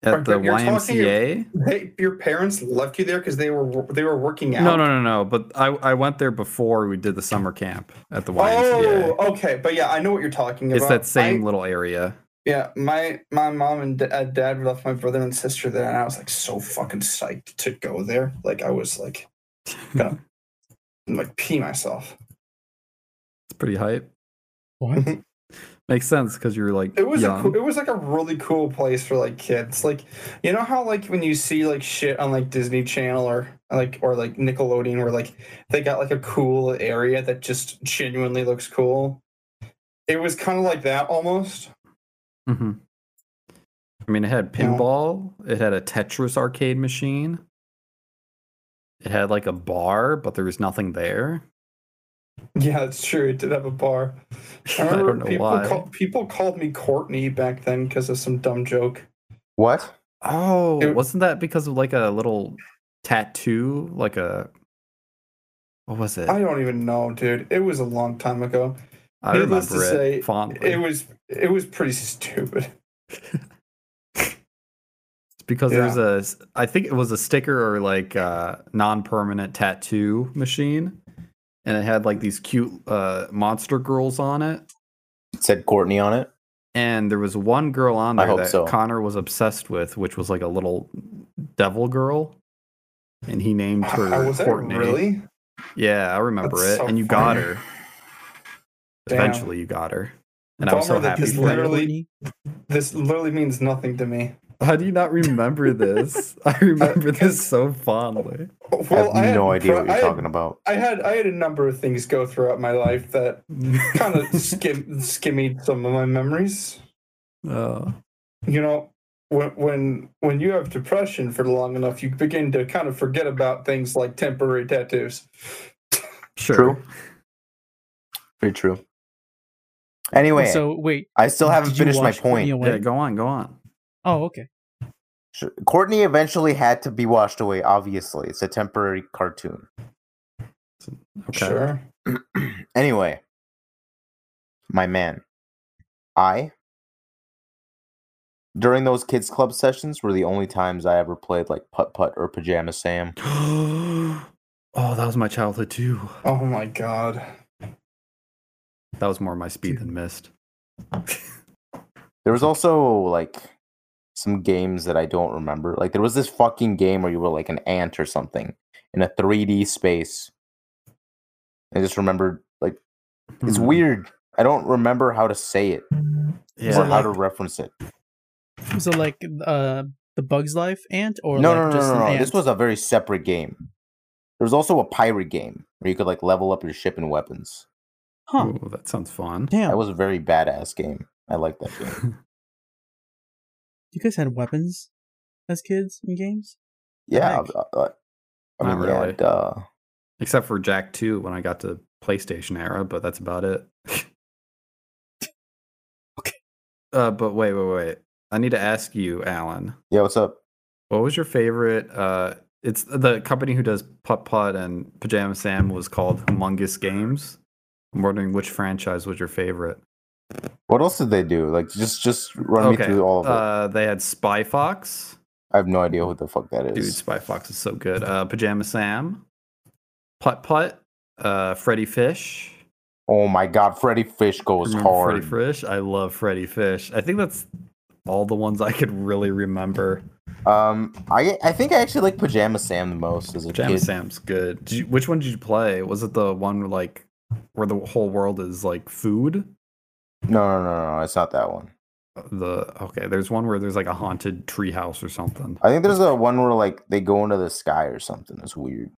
S2: at the
S3: You're talking-
S2: YMCA.
S3: They, your parents left you there because they were they were working out.
S2: No, no, no, no. But I, I went there before we did the summer camp at the YMCA.
S3: Oh, okay, but yeah, I know what you're talking
S2: it's
S3: about.
S2: that same
S3: I-
S2: little area.
S3: Yeah, my my mom and da- uh, dad left my brother and sister there, and I was like so fucking psyched to go there. Like I was like Yeah. like pee myself.
S2: It's pretty hype.
S1: What?
S2: Makes sense because you're like
S3: It was a
S2: young.
S3: cool, it was like a really cool place for like kids. Like you know how like when you see like shit on like Disney Channel or like or like Nickelodeon where like they got like a cool area that just genuinely looks cool. It was kind of like that almost.
S2: hmm I mean, it had
S3: Yeah.
S2: pinball. It had a Tetris arcade machine. It had like a bar, but there was nothing there.
S3: Yeah, it's true. It did have a bar.
S2: I
S3: I remember
S2: don't know
S3: people
S2: why.
S3: Call, people called me Courtney back then because of some dumb joke.
S4: What?
S2: Oh,
S3: It-
S2: wasn't that because of like a little tattoo? Like a what was it?
S3: I don't even know, dude. It was a long time ago.
S2: I
S3: needless to
S2: remember it
S3: say,
S2: fondly.
S3: It was it was pretty stupid.
S2: It's because there's a s- I think it was a sticker or like a non-permanent tattoo machine and it had like these cute uh monster girls on it
S4: It said Courtney on it.
S2: and there was one girl on
S4: I
S2: there
S4: hope
S2: that
S4: so.
S2: Connor was obsessed with which was like a little devil girl and he named her
S3: I was that
S2: Courtney.
S3: really?
S2: Yeah, I remember
S3: That's
S2: it
S3: so
S2: and you got
S3: funny.
S2: her.
S3: Damn.
S2: Eventually you got her. And I was so
S3: Bummer that
S2: happy
S3: this
S2: for you.
S3: literally- This literally means nothing to me.
S2: How do you not remember this? I remember
S3: Because-
S2: this so fondly.
S3: Well,
S4: I have
S3: had
S4: no idea
S3: pro-
S4: what you're
S3: I had-
S4: talking about.
S3: I had I had a number of things go throughout my life that kind of skim skimmed some of my memories.
S2: Oh.
S3: You know, when when when you have depression for long enough, you begin to kind of forget about things like temporary tattoos.
S2: Sure.
S4: True. Very true. Anyway,
S1: So wait.
S4: I still haven't
S1: did you
S4: finished my
S1: wash Courtney
S4: point.
S2: Yeah,
S1: away?
S2: Oh, go on, go on.
S1: Oh, okay.
S4: Sure. Courtney eventually had to be washed away, obviously. It's a temporary cartoon.
S2: Okay.
S3: Sure.
S4: anyway, my man, I, during those kids' club sessions, were the only times I ever played like putt putt or pajama Sam.
S2: oh, that was my childhood too.
S3: Oh my god.
S2: That was more my speed than missed.
S4: There was also like some games that I don't remember. Like there was this fucking game where you were like an ant or something in a 3D space. I just remembered like it's
S2: Hmm.
S4: weird. I don't remember how to say it
S2: Yeah.
S4: or how to reference it.
S1: So like uh the Bugs Life ant or
S4: no,
S1: like
S4: no, no,
S1: just
S4: no,
S1: an
S4: no,
S1: ant?
S4: This was a very separate game. There was also a pirate game where you could like level up your ship and weapons.
S1: huh.
S2: Ooh, that sounds fun.
S1: Damn.
S4: That was a very badass game. I like that game.
S1: you guys had weapons as kids in games?
S4: Yeah,
S1: Heck.
S4: I, I, I
S2: Not
S4: mean, uh,
S2: really.
S4: yeah, duh.
S2: Except for Jack 2 when I got to PlayStation era, but that's about it.
S1: Okay.
S2: Uh, but wait, wait, wait. I need to ask you, Alan.
S4: Yeah, what's up?
S2: What was your favorite? Uh, it's the company who does Putt Putt and Pajama Sam was called Humongous Games. I'm wondering which franchise was your favorite.
S4: What else did they do? Like, just just run me through all of it.
S2: Uh, they had Spy Fox.
S4: I have no idea what the fuck that
S2: Dude,
S4: is.
S2: Spy Fox is so good. Uh, Pajama Sam, Putt Putt, uh, Freddy Fish.
S4: Oh my god, Freddy Fish goes
S2: Remember
S4: hard.
S2: Freddy Fish. I love Freddy Fish. I think that's all the ones I could really remember.
S4: Um, I I think I actually like Pajama Sam the most as a
S2: Pajama
S4: kid.
S2: Sam's good. Did you, which one did you play? Was it the one like where the whole world is like food?
S4: No, no, no, no, it's not that one.
S2: The okay, there's one where there's like a haunted treehouse or something.
S4: I think there's a one where like they go into the sky or something. It's weird.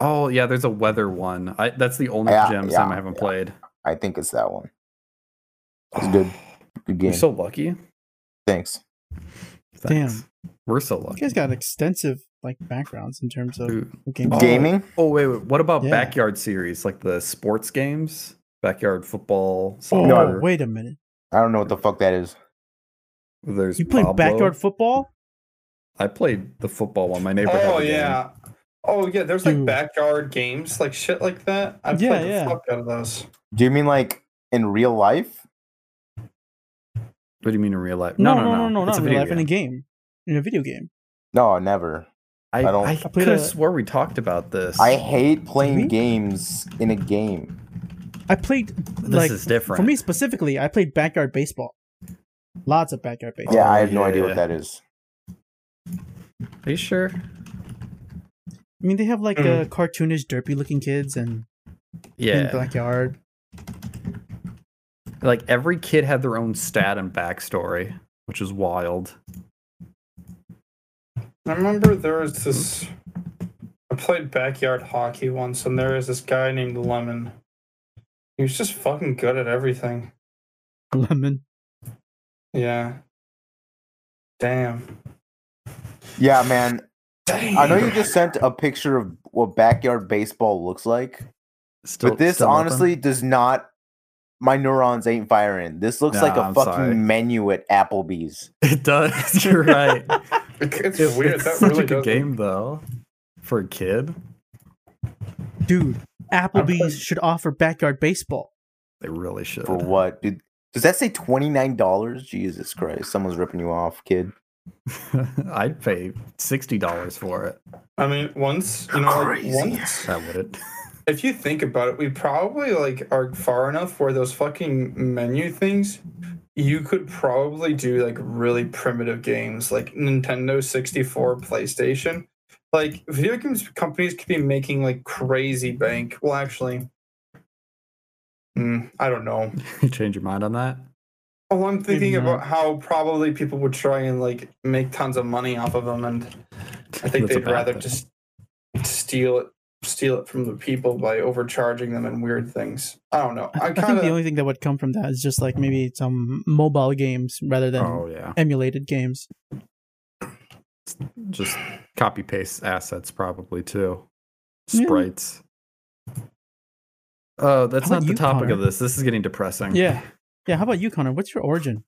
S2: Oh yeah, there's a weather one. I, that's the only
S4: Yeah,
S2: Pajama
S4: yeah,
S2: Sam I haven't
S4: yeah.
S2: played.
S4: I think it's that one. It's good. Good game.
S2: You're so lucky.
S4: Thanks.
S1: Damn.
S2: We're so
S1: You
S2: lucky.
S1: guys got extensive like backgrounds in terms of
S2: Dude.
S1: games.
S2: Oh.
S4: Gaming?
S2: Oh wait, wait. What about
S1: Yeah.
S2: backyard series like the sports games, backyard football?
S1: Oh,
S2: soccer?
S1: wait a minute.
S4: I don't know what the fuck that is.
S2: There's
S1: You played
S2: Pablo.
S1: backyard football?
S2: I played the football one. My neighbor. had
S3: Oh
S2: a game.
S3: yeah. Oh yeah, there's like
S1: Dude.
S3: backyard games, like shit like that. I
S1: Yeah,
S3: played
S1: yeah.
S3: the fuck out of those.
S4: Do you mean like in real life?
S2: What do you mean in real life?
S1: No, no, no, no, not
S2: It's a
S1: in real
S2: video
S1: life. In a
S2: game.
S1: game. In a video game.
S4: No, never.
S2: I,
S4: I don't-
S2: I,
S4: I
S1: played
S2: could have
S1: a-
S2: swore we talked about this.
S4: I hate playing
S1: we?
S4: games in a game.
S1: I played
S2: this
S1: like
S2: is different
S1: for me specifically, I played backyard baseball. Lots of backyard baseball.
S4: Yeah,
S2: Oh,
S4: I have no idea
S2: yeah.
S4: what that is.
S2: Are you sure?
S1: I mean, they have like
S3: Mm.
S1: uh, cartoonish, derpy looking kids and in
S2: Yeah,
S1: backyard.
S2: like every kid had their own stat and backstory, which is wild.
S3: I remember there was this. I played backyard hockey once, and there was this guy named Lemon. He was just fucking good at everything.
S1: Lemon.
S3: Yeah. Damn.
S4: Yeah, man.
S3: Damn.
S4: I know you just sent a picture of what backyard baseball looks like,
S2: Still,
S4: but this
S2: still open?
S4: honestly does not. My neurons ain't firing. This looks like a
S2: Nah, I'm
S4: fucking
S2: sorry.
S4: menu at Applebee's.
S2: it does. You're right.
S3: It's
S2: It-
S3: weird.
S2: It's
S3: that
S2: such
S3: really
S2: a good
S3: does-
S2: game though for a kid.
S1: Dude,
S3: playing-
S1: Applebee's should offer backyard baseball.
S2: They really should.
S4: For what, dude? Does that say twenty nine dollars? Jesus Christ! Someone's ripping you off, kid.
S2: I'd pay sixty dollars for it.
S3: I mean, once you know, like,
S4: Crazy.
S3: once
S2: I wouldn't.
S3: if you think about it, we probably like are far enough where those fucking menu things you could probably do like really primitive games like Nintendo 64, PlayStation. Like video games companies could be making like crazy bank. Well, actually, hmm, I don't know.
S2: you change your mind on that?
S3: Well, Oh, I'm thinking
S1: Maybe not.
S3: about how probably people would try and like make tons of money off of them, and I think
S2: That's a
S3: they'd
S2: bad
S3: rather
S2: thing.
S3: just steal it, steal it from the people by overcharging them and weird things. I don't know.
S1: I,
S3: I
S1: I think
S3: kind
S1: the
S3: of
S1: only thing that would come from that is just like maybe some mobile games rather than
S2: Oh yeah,
S1: emulated games.
S2: just copy paste assets probably too.
S1: Yeah.
S2: Sprites. Oh, that's
S1: How about
S2: not the
S1: you,
S2: topic
S1: Connor?
S2: of this. This is getting depressing.
S1: Yeah. Yeah. How about you, Connor? What's your origin?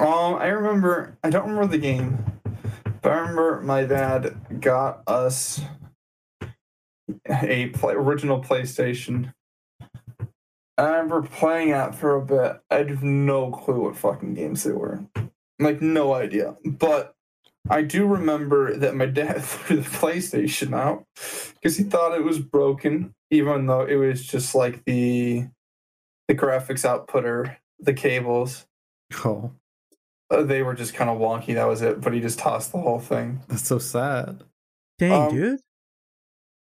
S3: Um, I remember. I don't remember the game, but I remember my dad got us a play, original PlayStation. I remember playing that for a bit. I have no clue what fucking games they were, like no idea. But I do remember that my dad threw the PlayStation out because he thought it was broken, even though it was just like the the graphics outputter, the cables.
S2: Oh,
S3: Uh, they were just kind of wonky. That was it. But he just tossed the whole thing.
S2: that's so sad.
S1: Dang,
S3: Um,
S1: dude.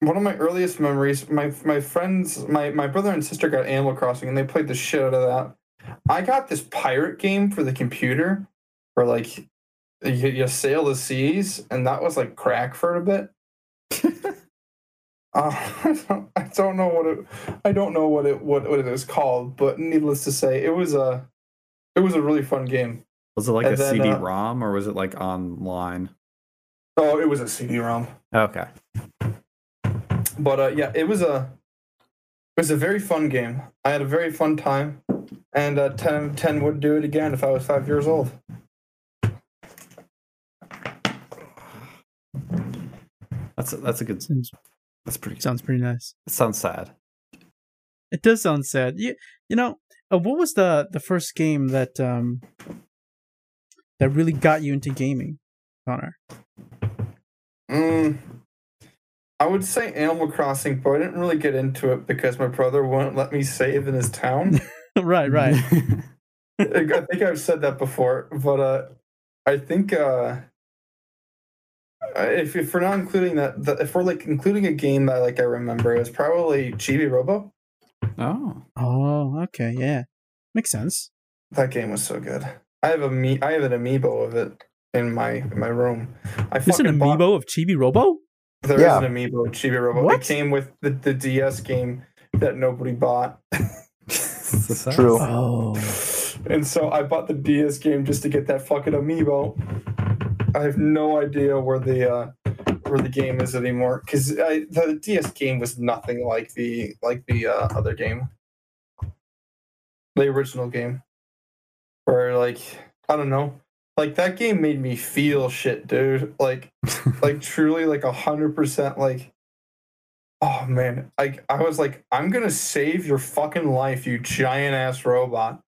S3: One of my earliest memories, my my friends, my my brother and sister got Animal Crossing, and they played the shit out of that. I got this pirate game for the computer, where like you, you sail the seas, and that was like crack for a bit. Uh, I, don't, I don't know what it. I don't know what it what, what it is called, but needless to say, it was a it was a really fun game.
S2: Was it like
S3: And
S2: a
S3: then, uh,
S2: CD-ROM or was it like online?
S3: Oh, it was a CD-ROM.
S2: Okay.
S3: but uh, yeah, it was a it was a very fun game. I had a very fun time, and uh, 10, 10 would do it again if I was five years old.
S2: That's a, that's a good.
S1: Sounds,
S2: That's pretty.
S1: sounds pretty nice.
S2: It sounds sad.
S1: It does sound sad. You, you know, uh, what was the the first game that um that really got you into gaming, Connor?
S3: Mm, I would say Animal Crossing, but I didn't really get into it because my brother wouldn't let me save in his town.
S1: right, right.
S3: I think I've said that before, but uh, I think uh, if, if we're not including that, that, if we're like including a game that like I remember, it was probably Chibi Robo.
S2: oh,
S1: Oh, okay, yeah, makes sense.
S3: That game was so good. I have a me. I have an amiibo of it in my in my room. I
S1: There's an
S3: fucking bought-
S1: amiibo of Chibi Robo.
S3: There is
S4: Yeah.
S3: an amiibo Chibi Robo.
S1: What?
S3: It came with the, the DS game that nobody bought,
S2: It's sad.
S4: True.
S1: Oh,
S3: and so I bought the DS game just to get that fucking amiibo. I have no idea where the uh, where the game is anymore because the DS game was nothing like the like the uh, other game, the original game, where like I don't know, like that game made me feel shit, dude. Like like truly like a hundred percent like oh man like i was like i'm gonna save your fucking life you giant ass robot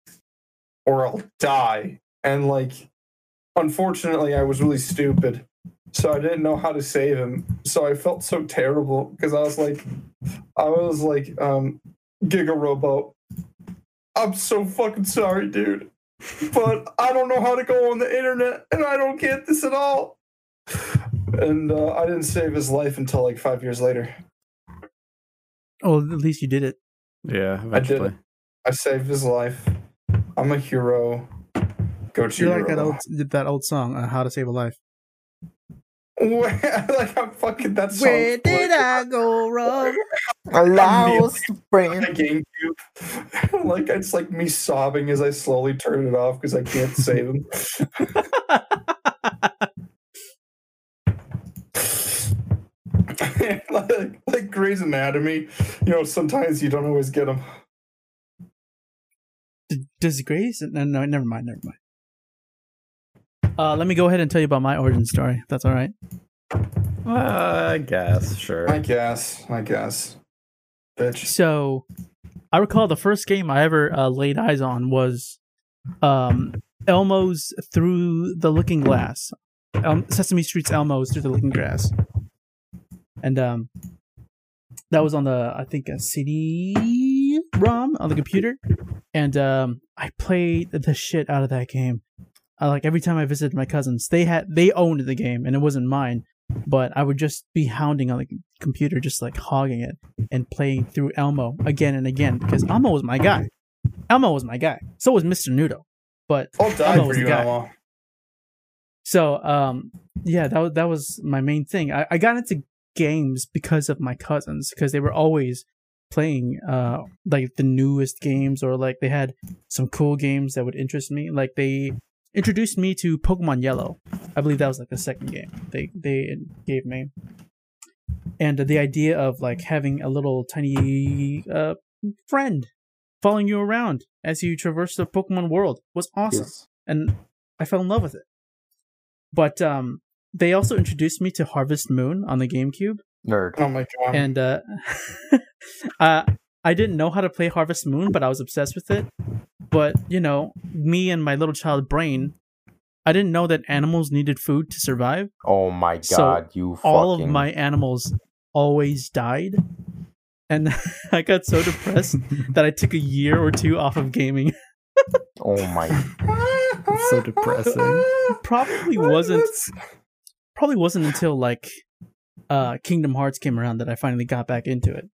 S3: or i'll die and like unfortunately i was really stupid so i didn't know how to save him so i felt so terrible because i was like i was like um giga robo i'm so fucking sorry dude but i don't know how to go on the internet and i don't get this at all and uh, I didn't save his life until like five years later.
S1: oh, at least you did it.
S2: Yeah,
S3: I did
S2: eventually.
S3: I saved his life. I'm a hero. Go to
S1: You're
S3: your
S1: like that old that old song, uh, "How to Save a Life."
S3: like I'm fucking that song.
S1: go wrong?
S4: A lost
S3: on
S4: friend.
S3: the GameCube? like it's like me sobbing as I slowly turn it off because I can't save him. like, like Grey's Anatomy, you know, sometimes you don't always get them.
S1: D- does Grace? No, no, never mind, never mind. Uh, let me go ahead and tell you about my origin story. if That's all right.
S2: Uh, I guess sure.
S3: I guess. I guess. Bitch.
S1: So, I recall the first game I ever uh, laid eyes on was um, Elmo's Through the Looking Glass, um, Sesame Street's Elmo's Through the Looking Glass, and um, that was on the I think a CD ROM on the computer, and um, I played the shit out of that game. I, like every time I visited my cousins, they had they owned the game and it wasn't mine, but I would just be hounding on the computer, just like hogging it and playing through Elmo again and again because Elmo was my guy. Elmo was my guy. So was Mr. Noodle. But
S3: I'll die
S1: Elmo
S3: for
S1: was the
S3: you,
S1: guy.
S3: Elmo.
S1: so um yeah, that was that was my main thing. I, I got into games because of my cousins because they were always playing uh like the newest games or like they had some cool games that would interest me. Like they introduced me to Pokemon Yellow. I believe that was like the second game they they gave me. And the idea of like having a little tiny uh friend following you around as you traverse the Pokemon world was awesome. And I fell in love with it. But um, they also introduced me to Harvest Moon on the GameCube.
S4: Nerd.
S3: Oh my god.
S1: and uh, uh, I didn't know how to play Harvest Moon, but I was obsessed with it. But you know, me and my little child brain, I didn't know that animals needed food to survive.
S4: Oh my
S1: So,
S4: god, you fucking
S1: All of my animals always died, and I got so depressed that I took a year or two off of gaming.
S4: Oh my
S2: so depressing.
S1: Probably wasn't.
S3: That's-
S1: Probably wasn't until like uh, Kingdom Hearts came around that I finally got back into it.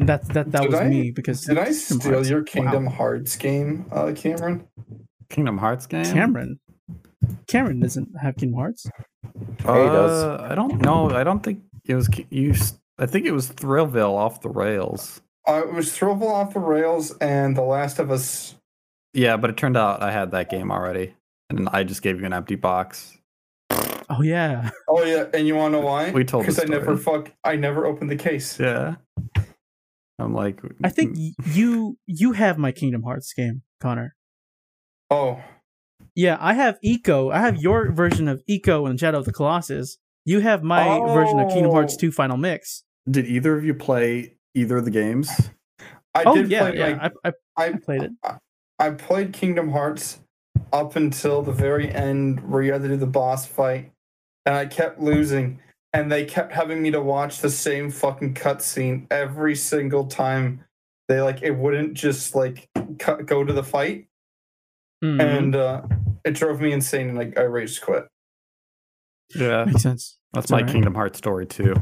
S1: That that that
S3: Did
S1: was
S3: I-
S1: me because
S3: Did I
S1: Kingdom
S3: steal
S1: Hearts.
S3: your Kingdom Hearts game, uh, Cameron?
S2: Kingdom Hearts game.
S1: Cameron. Cameron doesn't have Kingdom Hearts.
S4: Hey, he does.
S2: Uh, I don't know. I don't think it was Ki- you. s- I think it was Thrillville off the rails.
S3: Uh, it was Thrillville off the rails and The Last of Us.
S2: Yeah, but it turned out I had that game already, and I just gave you an empty box.
S1: Oh yeah.
S3: Oh yeah, and you want to know why?
S2: We told the
S3: because I never
S2: story.
S3: fuck. I never opened the case.
S2: Yeah. I'm like, "Mm,
S1: I
S3: Hmm.
S1: think y- you you have my Kingdom Hearts game, Connor.
S3: Oh,
S1: Yeah, I have Eco. I have your version of Eco and Shadow of the Colossus. You have my version of Kingdom Hearts
S3: Oh.
S1: 2 Final Mix.
S2: Did either of you play either of the games?
S3: I
S1: oh
S3: did
S1: yeah,
S3: play.
S1: yeah.
S3: like,
S1: I, I,
S3: I,
S1: I played it.
S3: I played Kingdom Hearts up until the very end where you had to do the boss fight, and I kept losing, and they kept having me to watch the same fucking cutscene every single time. They like it wouldn't just like cut, go to the fight,
S1: Mhm.
S3: and uh, it drove me insane, and like I rage quit.
S2: Yeah.
S1: Makes sense.
S2: That's
S1: It's
S2: my
S1: alright.
S2: Kingdom Hearts story too.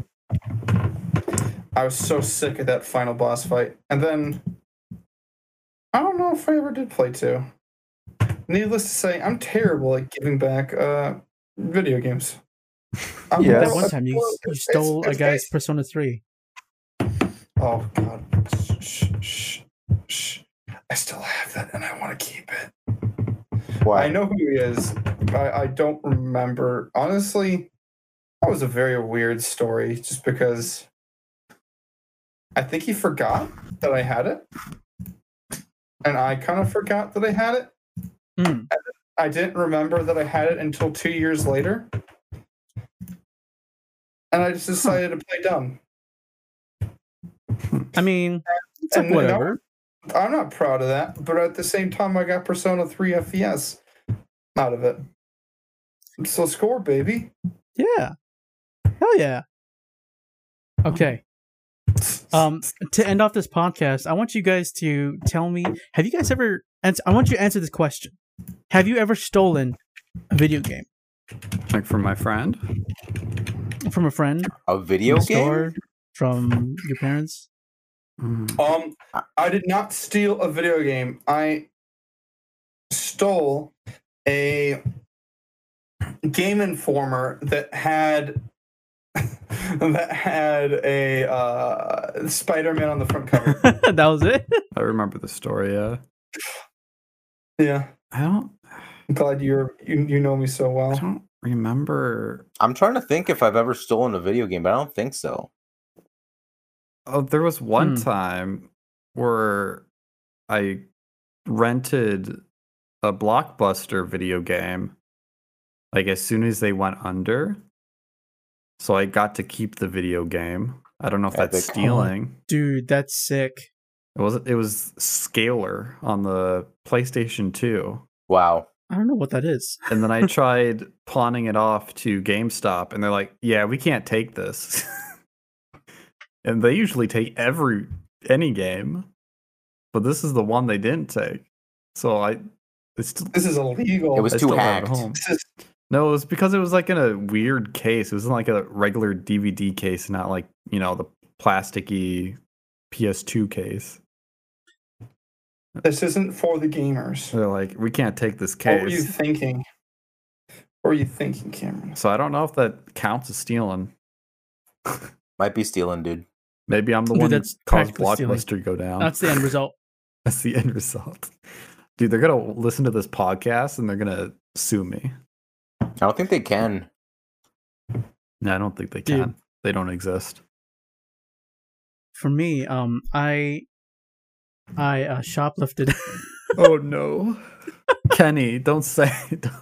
S3: I was so sick of that final boss fight, and then I don't know if I ever did play two. Needless to say, I'm terrible at giving back uh, video games. I'm
S4: Yeah.
S1: That one time you,
S3: Well,
S1: you
S3: it's-
S1: stole a
S3: it's-
S1: guy's Persona 3.
S3: Oh God! Shh, shh, shh. I still have that, and I want to keep it.
S4: Why?
S3: I know who he is. I, I don't remember. Honestly, that was a very weird story. Just because I think he forgot that I had it, and I kind of forgot that I had it.
S1: Mm.
S3: I didn't remember that I had it until two years later, and I just decided to play dumb.
S1: I mean, it's
S3: And-
S1: like
S3: and that
S1: whatever.
S3: I'm not proud of that, but at the same time, I got Persona 3 FES out of it. So score, baby.
S1: Yeah. Hell yeah. Okay. Um, to end off this podcast, I want you guys to tell me: Have you guys ever? ans- I want you to answer this question: Have you ever stolen a video game
S2: Like from my friend.
S1: from a friend,
S4: a video
S1: from a
S4: game?
S1: store, from your parents?
S2: Mm.
S3: Um, I did not steal a video game. I stole a Game Informer that had that had a uh, Spider-Man on the front cover.
S1: that was it.
S2: I remember the story. Yeah.
S3: yeah,
S2: I don't.
S3: I'm glad you're you, you know me so
S2: I
S3: well.
S2: don't remember.
S4: I'm trying to think if I've ever stolen a video game, but I don't think so.
S2: Oh, there was one
S1: Hmm.
S2: time where I rented a blockbuster video game like as soon as they went under. So I got to keep the video game. I don't know if that's
S4: Epic. Oh.
S2: stealing.
S1: Dude, that's sick.
S2: It was it was Scalar on the PlayStation 2.
S4: Wow.
S1: I don't know what that is.
S2: And then
S3: Hmm.
S2: I tried pawning it off to GameStop, and they're like, "Yeah, we can't take this." and they usually take every any game, but this is the one they didn't take. So I, it's still,
S3: This is illegal.
S4: It was
S2: Oh, I
S4: too
S2: still have it at
S4: hacked.
S2: home.
S3: This is
S2: No, it was because it was like in a weird case. It was in like a regular DVD case, not like you know the plasticky PS2 case.
S3: this isn't for the gamers.
S2: So they're like, "We can't take this
S3: What were you
S2: case."
S3: thinking? What were you thinking, Cameron?
S2: So I don't know if that counts as stealing.
S4: Might be stealing, dude.
S2: Maybe I'm the
S1: Dude,
S2: one
S1: that's
S2: that's caused
S1: practically stealing.
S2: Blockbuster to go down.
S1: That's the end result.
S2: That's the end result. Dude, they're gonna listen to this podcast and they're gonna sue me.
S4: I don't think they can.
S2: No, I don't think they
S1: Dude.
S2: can. They don't exist.
S1: for me, um, I I uh, shoplifted.
S2: Oh no, Kenny, don't say don't,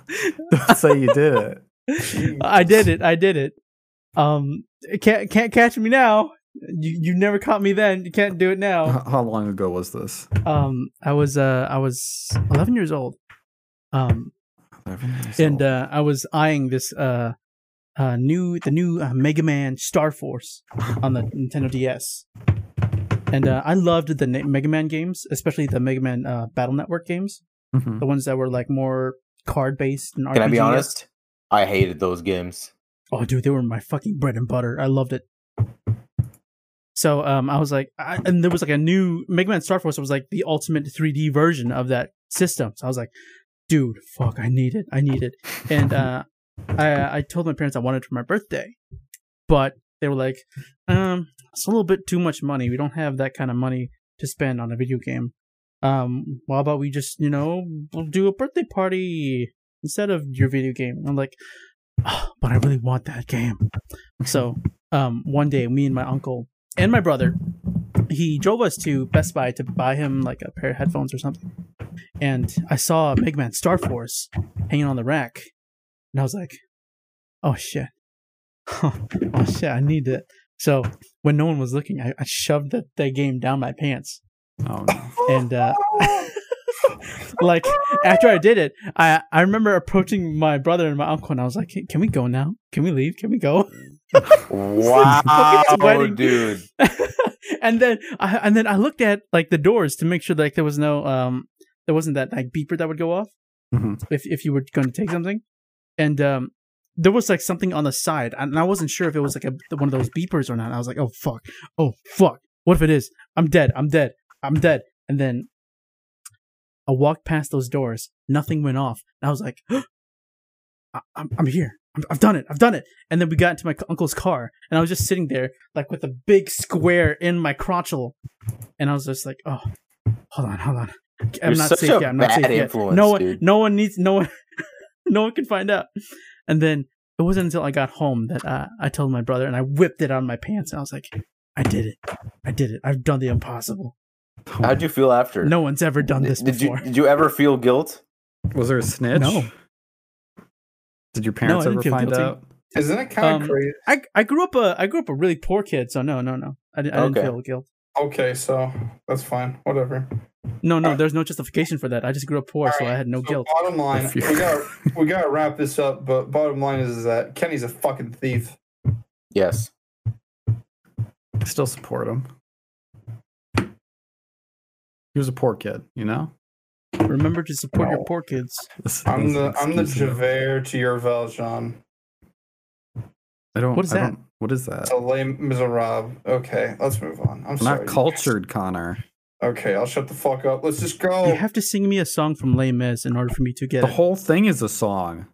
S2: don't say you did it.
S1: I did it. I did it. Um, can't can't catch me now. You you never caught me then. You can't do it now.
S2: H- How long ago was this?
S1: Um, I was uh I was 11 years old. Um, and uh, I was eyeing this uh, uh new the new uh, Mega Man Star Force on the Nintendo DS, and uh, I loved the na- Mega Man games, especially the Mega Man uh, Battle Network games,
S2: Mhm.
S1: the ones that were like more card based and RPG.
S4: Can I be honest? I hated those games.
S1: Oh, dude, they were my fucking bread and butter. I loved it. So um, I was like, I, and there was like a new Mega Man Star Force was like the ultimate 3D version of that system. So I was like, dude, fuck, I need it, I need it. And uh, I I told my parents I wanted it for my birthday, but they were like, um, it's a little bit too much money. We don't have that kind of money to spend on a video game. Um, why about we just you know we'll do a birthday party instead of your video game? And I'm like, "Ah, but I really want that game. So um, one day, me and my uncle and my brother, he drove us to Best Buy to buy him like a pair of headphones or something. And I saw Mega Man Star Force hanging on the rack, and I was like, "Oh shit, oh shit, I need that." So when no one was looking, I, I shoved that, that game down my pants,
S2: Oh no.
S1: and uh, like after I did it, I I remember approaching my brother and my uncle, and I was like, "Can- "Can we go now? Can we leave? Can we go?"
S4: Wow,
S1: sweating.
S4: dude.
S1: and then I and then I looked at like the doors to make sure like there was no um there wasn't that like beeper that would go off
S2: Mhm.
S1: if if you were going to take something, and um there was like something on the side and I wasn't sure if it was like a one of those beepers or not. I was like, oh fuck, oh fuck, what if it is? I'm dead, I'm dead, I'm dead. And then I walked past those doors, nothing went off, and I was like, I- I'm, I'm here. I'm, I've done it. I've done it. And then we got into my c- uncle's car, and I was just sitting there, like with a big square in my crotchel, and I was just like, "Oh, hold on, hold on. I'm
S4: You're
S1: not
S4: such
S1: safe
S4: a
S1: yet. I'm not
S4: bad
S1: safe yet.
S4: influence,
S1: No one,
S4: dude.
S1: no one needs, no one, no one can find out." And then it wasn't until I got home that uh, I told my brother, and I whipped it out of my pants, and I was like, "I did it. I did it. I've done the impossible.
S4: How'd you feel after?
S1: No one's ever done this
S4: did
S1: before."
S4: you did you ever feel guilt?
S2: Was there a snitch?
S1: No.
S2: Did your parents
S1: didn't
S2: ever
S1: feel
S2: find
S1: guilty.
S2: out?
S3: Isn't it kind of
S1: Um,
S3: crazy?
S1: I I grew up a I grew up a really poor kid, so no, no, no. I, di- I didn't
S4: Okay.
S1: feel guilt.
S3: Okay, so that's fine. Whatever.
S1: No, no, there's no justification for that. I just grew up poor, so I
S3: Alright,
S1: had no
S3: so
S1: guilt.
S3: Bottom line,
S2: If
S3: we
S2: you-
S3: got we got to wrap this up. But bottom line is, that Kenny's a fucking thief.
S4: Yes.
S2: I still support him. He was a poor kid, you know.
S1: Remember to support your
S3: No.
S1: poor kids.
S2: This-
S3: I'm
S2: these
S3: the I'm the
S2: excuses.
S3: Javert to your Valjean.
S2: I don't.
S1: What is
S2: I
S1: that?
S2: don't- what is that?
S3: It's a lame miserable. Okay, let's move on. Oh, I'm
S2: I'm
S3: sorry.
S2: not cultured, Connor.
S3: Okay, I'll shut the fuck up. Let's just go.
S1: You have to sing me a song from Les Mis in order for me to get
S2: The
S1: it.
S2: whole thing is a song.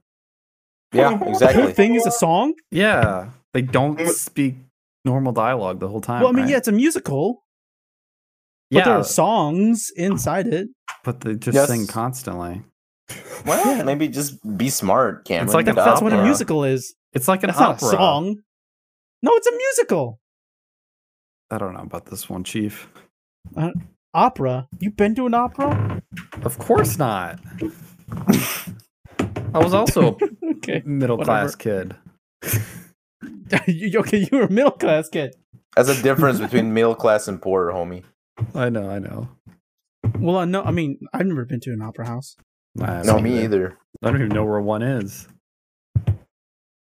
S4: Yeah,
S1: The whole
S4: exactly.
S1: thing is a song.
S2: Yeah, they don't
S3: Mm.
S2: speak normal dialogue the whole time.
S1: Well, I mean,
S2: right?
S1: yeah, it's a musical, but
S2: yeah,
S1: there are songs inside it.
S2: but they just
S4: Yes.
S2: sing constantly.
S4: Well,
S1: Yeah.
S4: maybe just be smart, Cameron.
S2: like a-
S4: Get
S1: That's
S4: out
S1: what a
S4: there.
S1: musical is.
S2: It's like an
S1: That's not a
S2: opera.
S1: song. No, it's a musical.
S2: I don't know about this one, Chief.
S1: Opera. You been to an opera?
S2: Of course not. I was also a
S1: Okay.
S2: middle class kid.
S1: You- okay, you were a middle class kid.
S4: That's a difference between middle class and poor, homie.
S2: I know, I know.
S1: Well, uh, no, I mean, I've never been to an opera house.
S2: I
S4: No,
S2: don't
S4: me
S2: even-
S4: either.
S2: I don't even know where one is.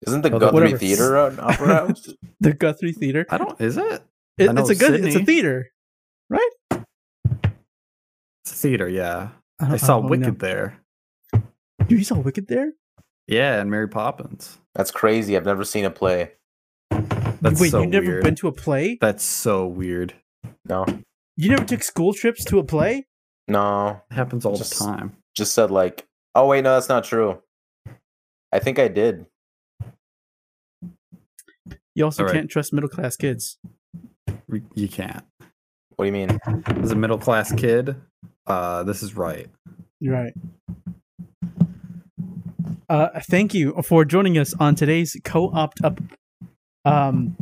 S4: Isn't the
S2: Oh,
S4: Guthrie
S1: whatever.
S4: Theater an opera house?
S1: The Guthrie Theater.
S2: I don't. Is it?
S1: It-
S2: I know
S1: it's a good. It's a
S2: Sydney.
S1: theater.
S2: It's a theater. Yeah,
S1: don't-
S2: I saw
S1: don't
S2: Wicked
S1: know.
S2: there.
S1: Dude, you saw Wicked there?
S2: Yeah, and Mary Poppins.
S4: That's crazy. I've never seen a play.
S2: That's
S1: Wait,
S2: so
S1: you never
S2: weird.
S1: been to a play?
S2: That's so weird.
S4: No,
S1: You never took school trips to a play?
S4: no.
S2: It happens all
S4: Just-
S2: the time.
S4: Just said like, oh wait, no, that's not true. I think I did.
S1: You also
S2: All right.
S1: can't trust middle class kids.
S2: Re- You can't.
S4: What do you mean?
S2: As a middle class kid, uh, this is right.
S1: You're right. Uh, thank you for joining us on today's co-opt up. Um,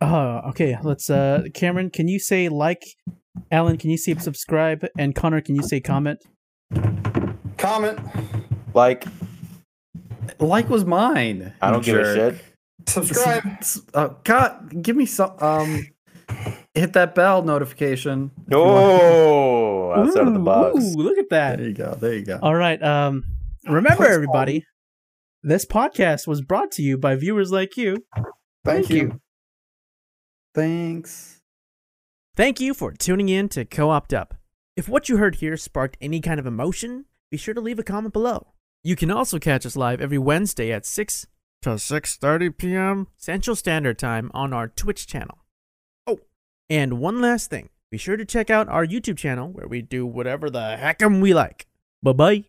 S5: Uh, okay, let's. Uh, Cameron, can you say like? Alan, can you say subscribe? And Connor, can you say comment?
S3: Comment.
S4: Like,
S2: Like was mine.
S4: I don't give a
S2: jerk.
S4: shit.
S3: Subscribe.
S2: S- s- Uh, God, give me some. Um, hit that bell notification. if you want.
S4: Oh, outside of the
S5: Ooh,
S4: box.
S5: ooh, look at that.
S2: There you go. There you go.
S5: All right. Um, remember,
S3: What's on?
S5: everybody, this podcast was brought to you by viewers like you.
S2: Thank you. Thanks.
S1: Thank you for tuning in to Co opt Up. If what you heard here sparked any kind of emotion, be sure to leave a comment below. You can also catch us live every Wednesday at 6 to 6:30 p.m. Central Standard Time on our Twitch channel. Oh, and one last thing. Be sure to check out our YouTube channel where we do whatever the heck'em we like. Bye-bye.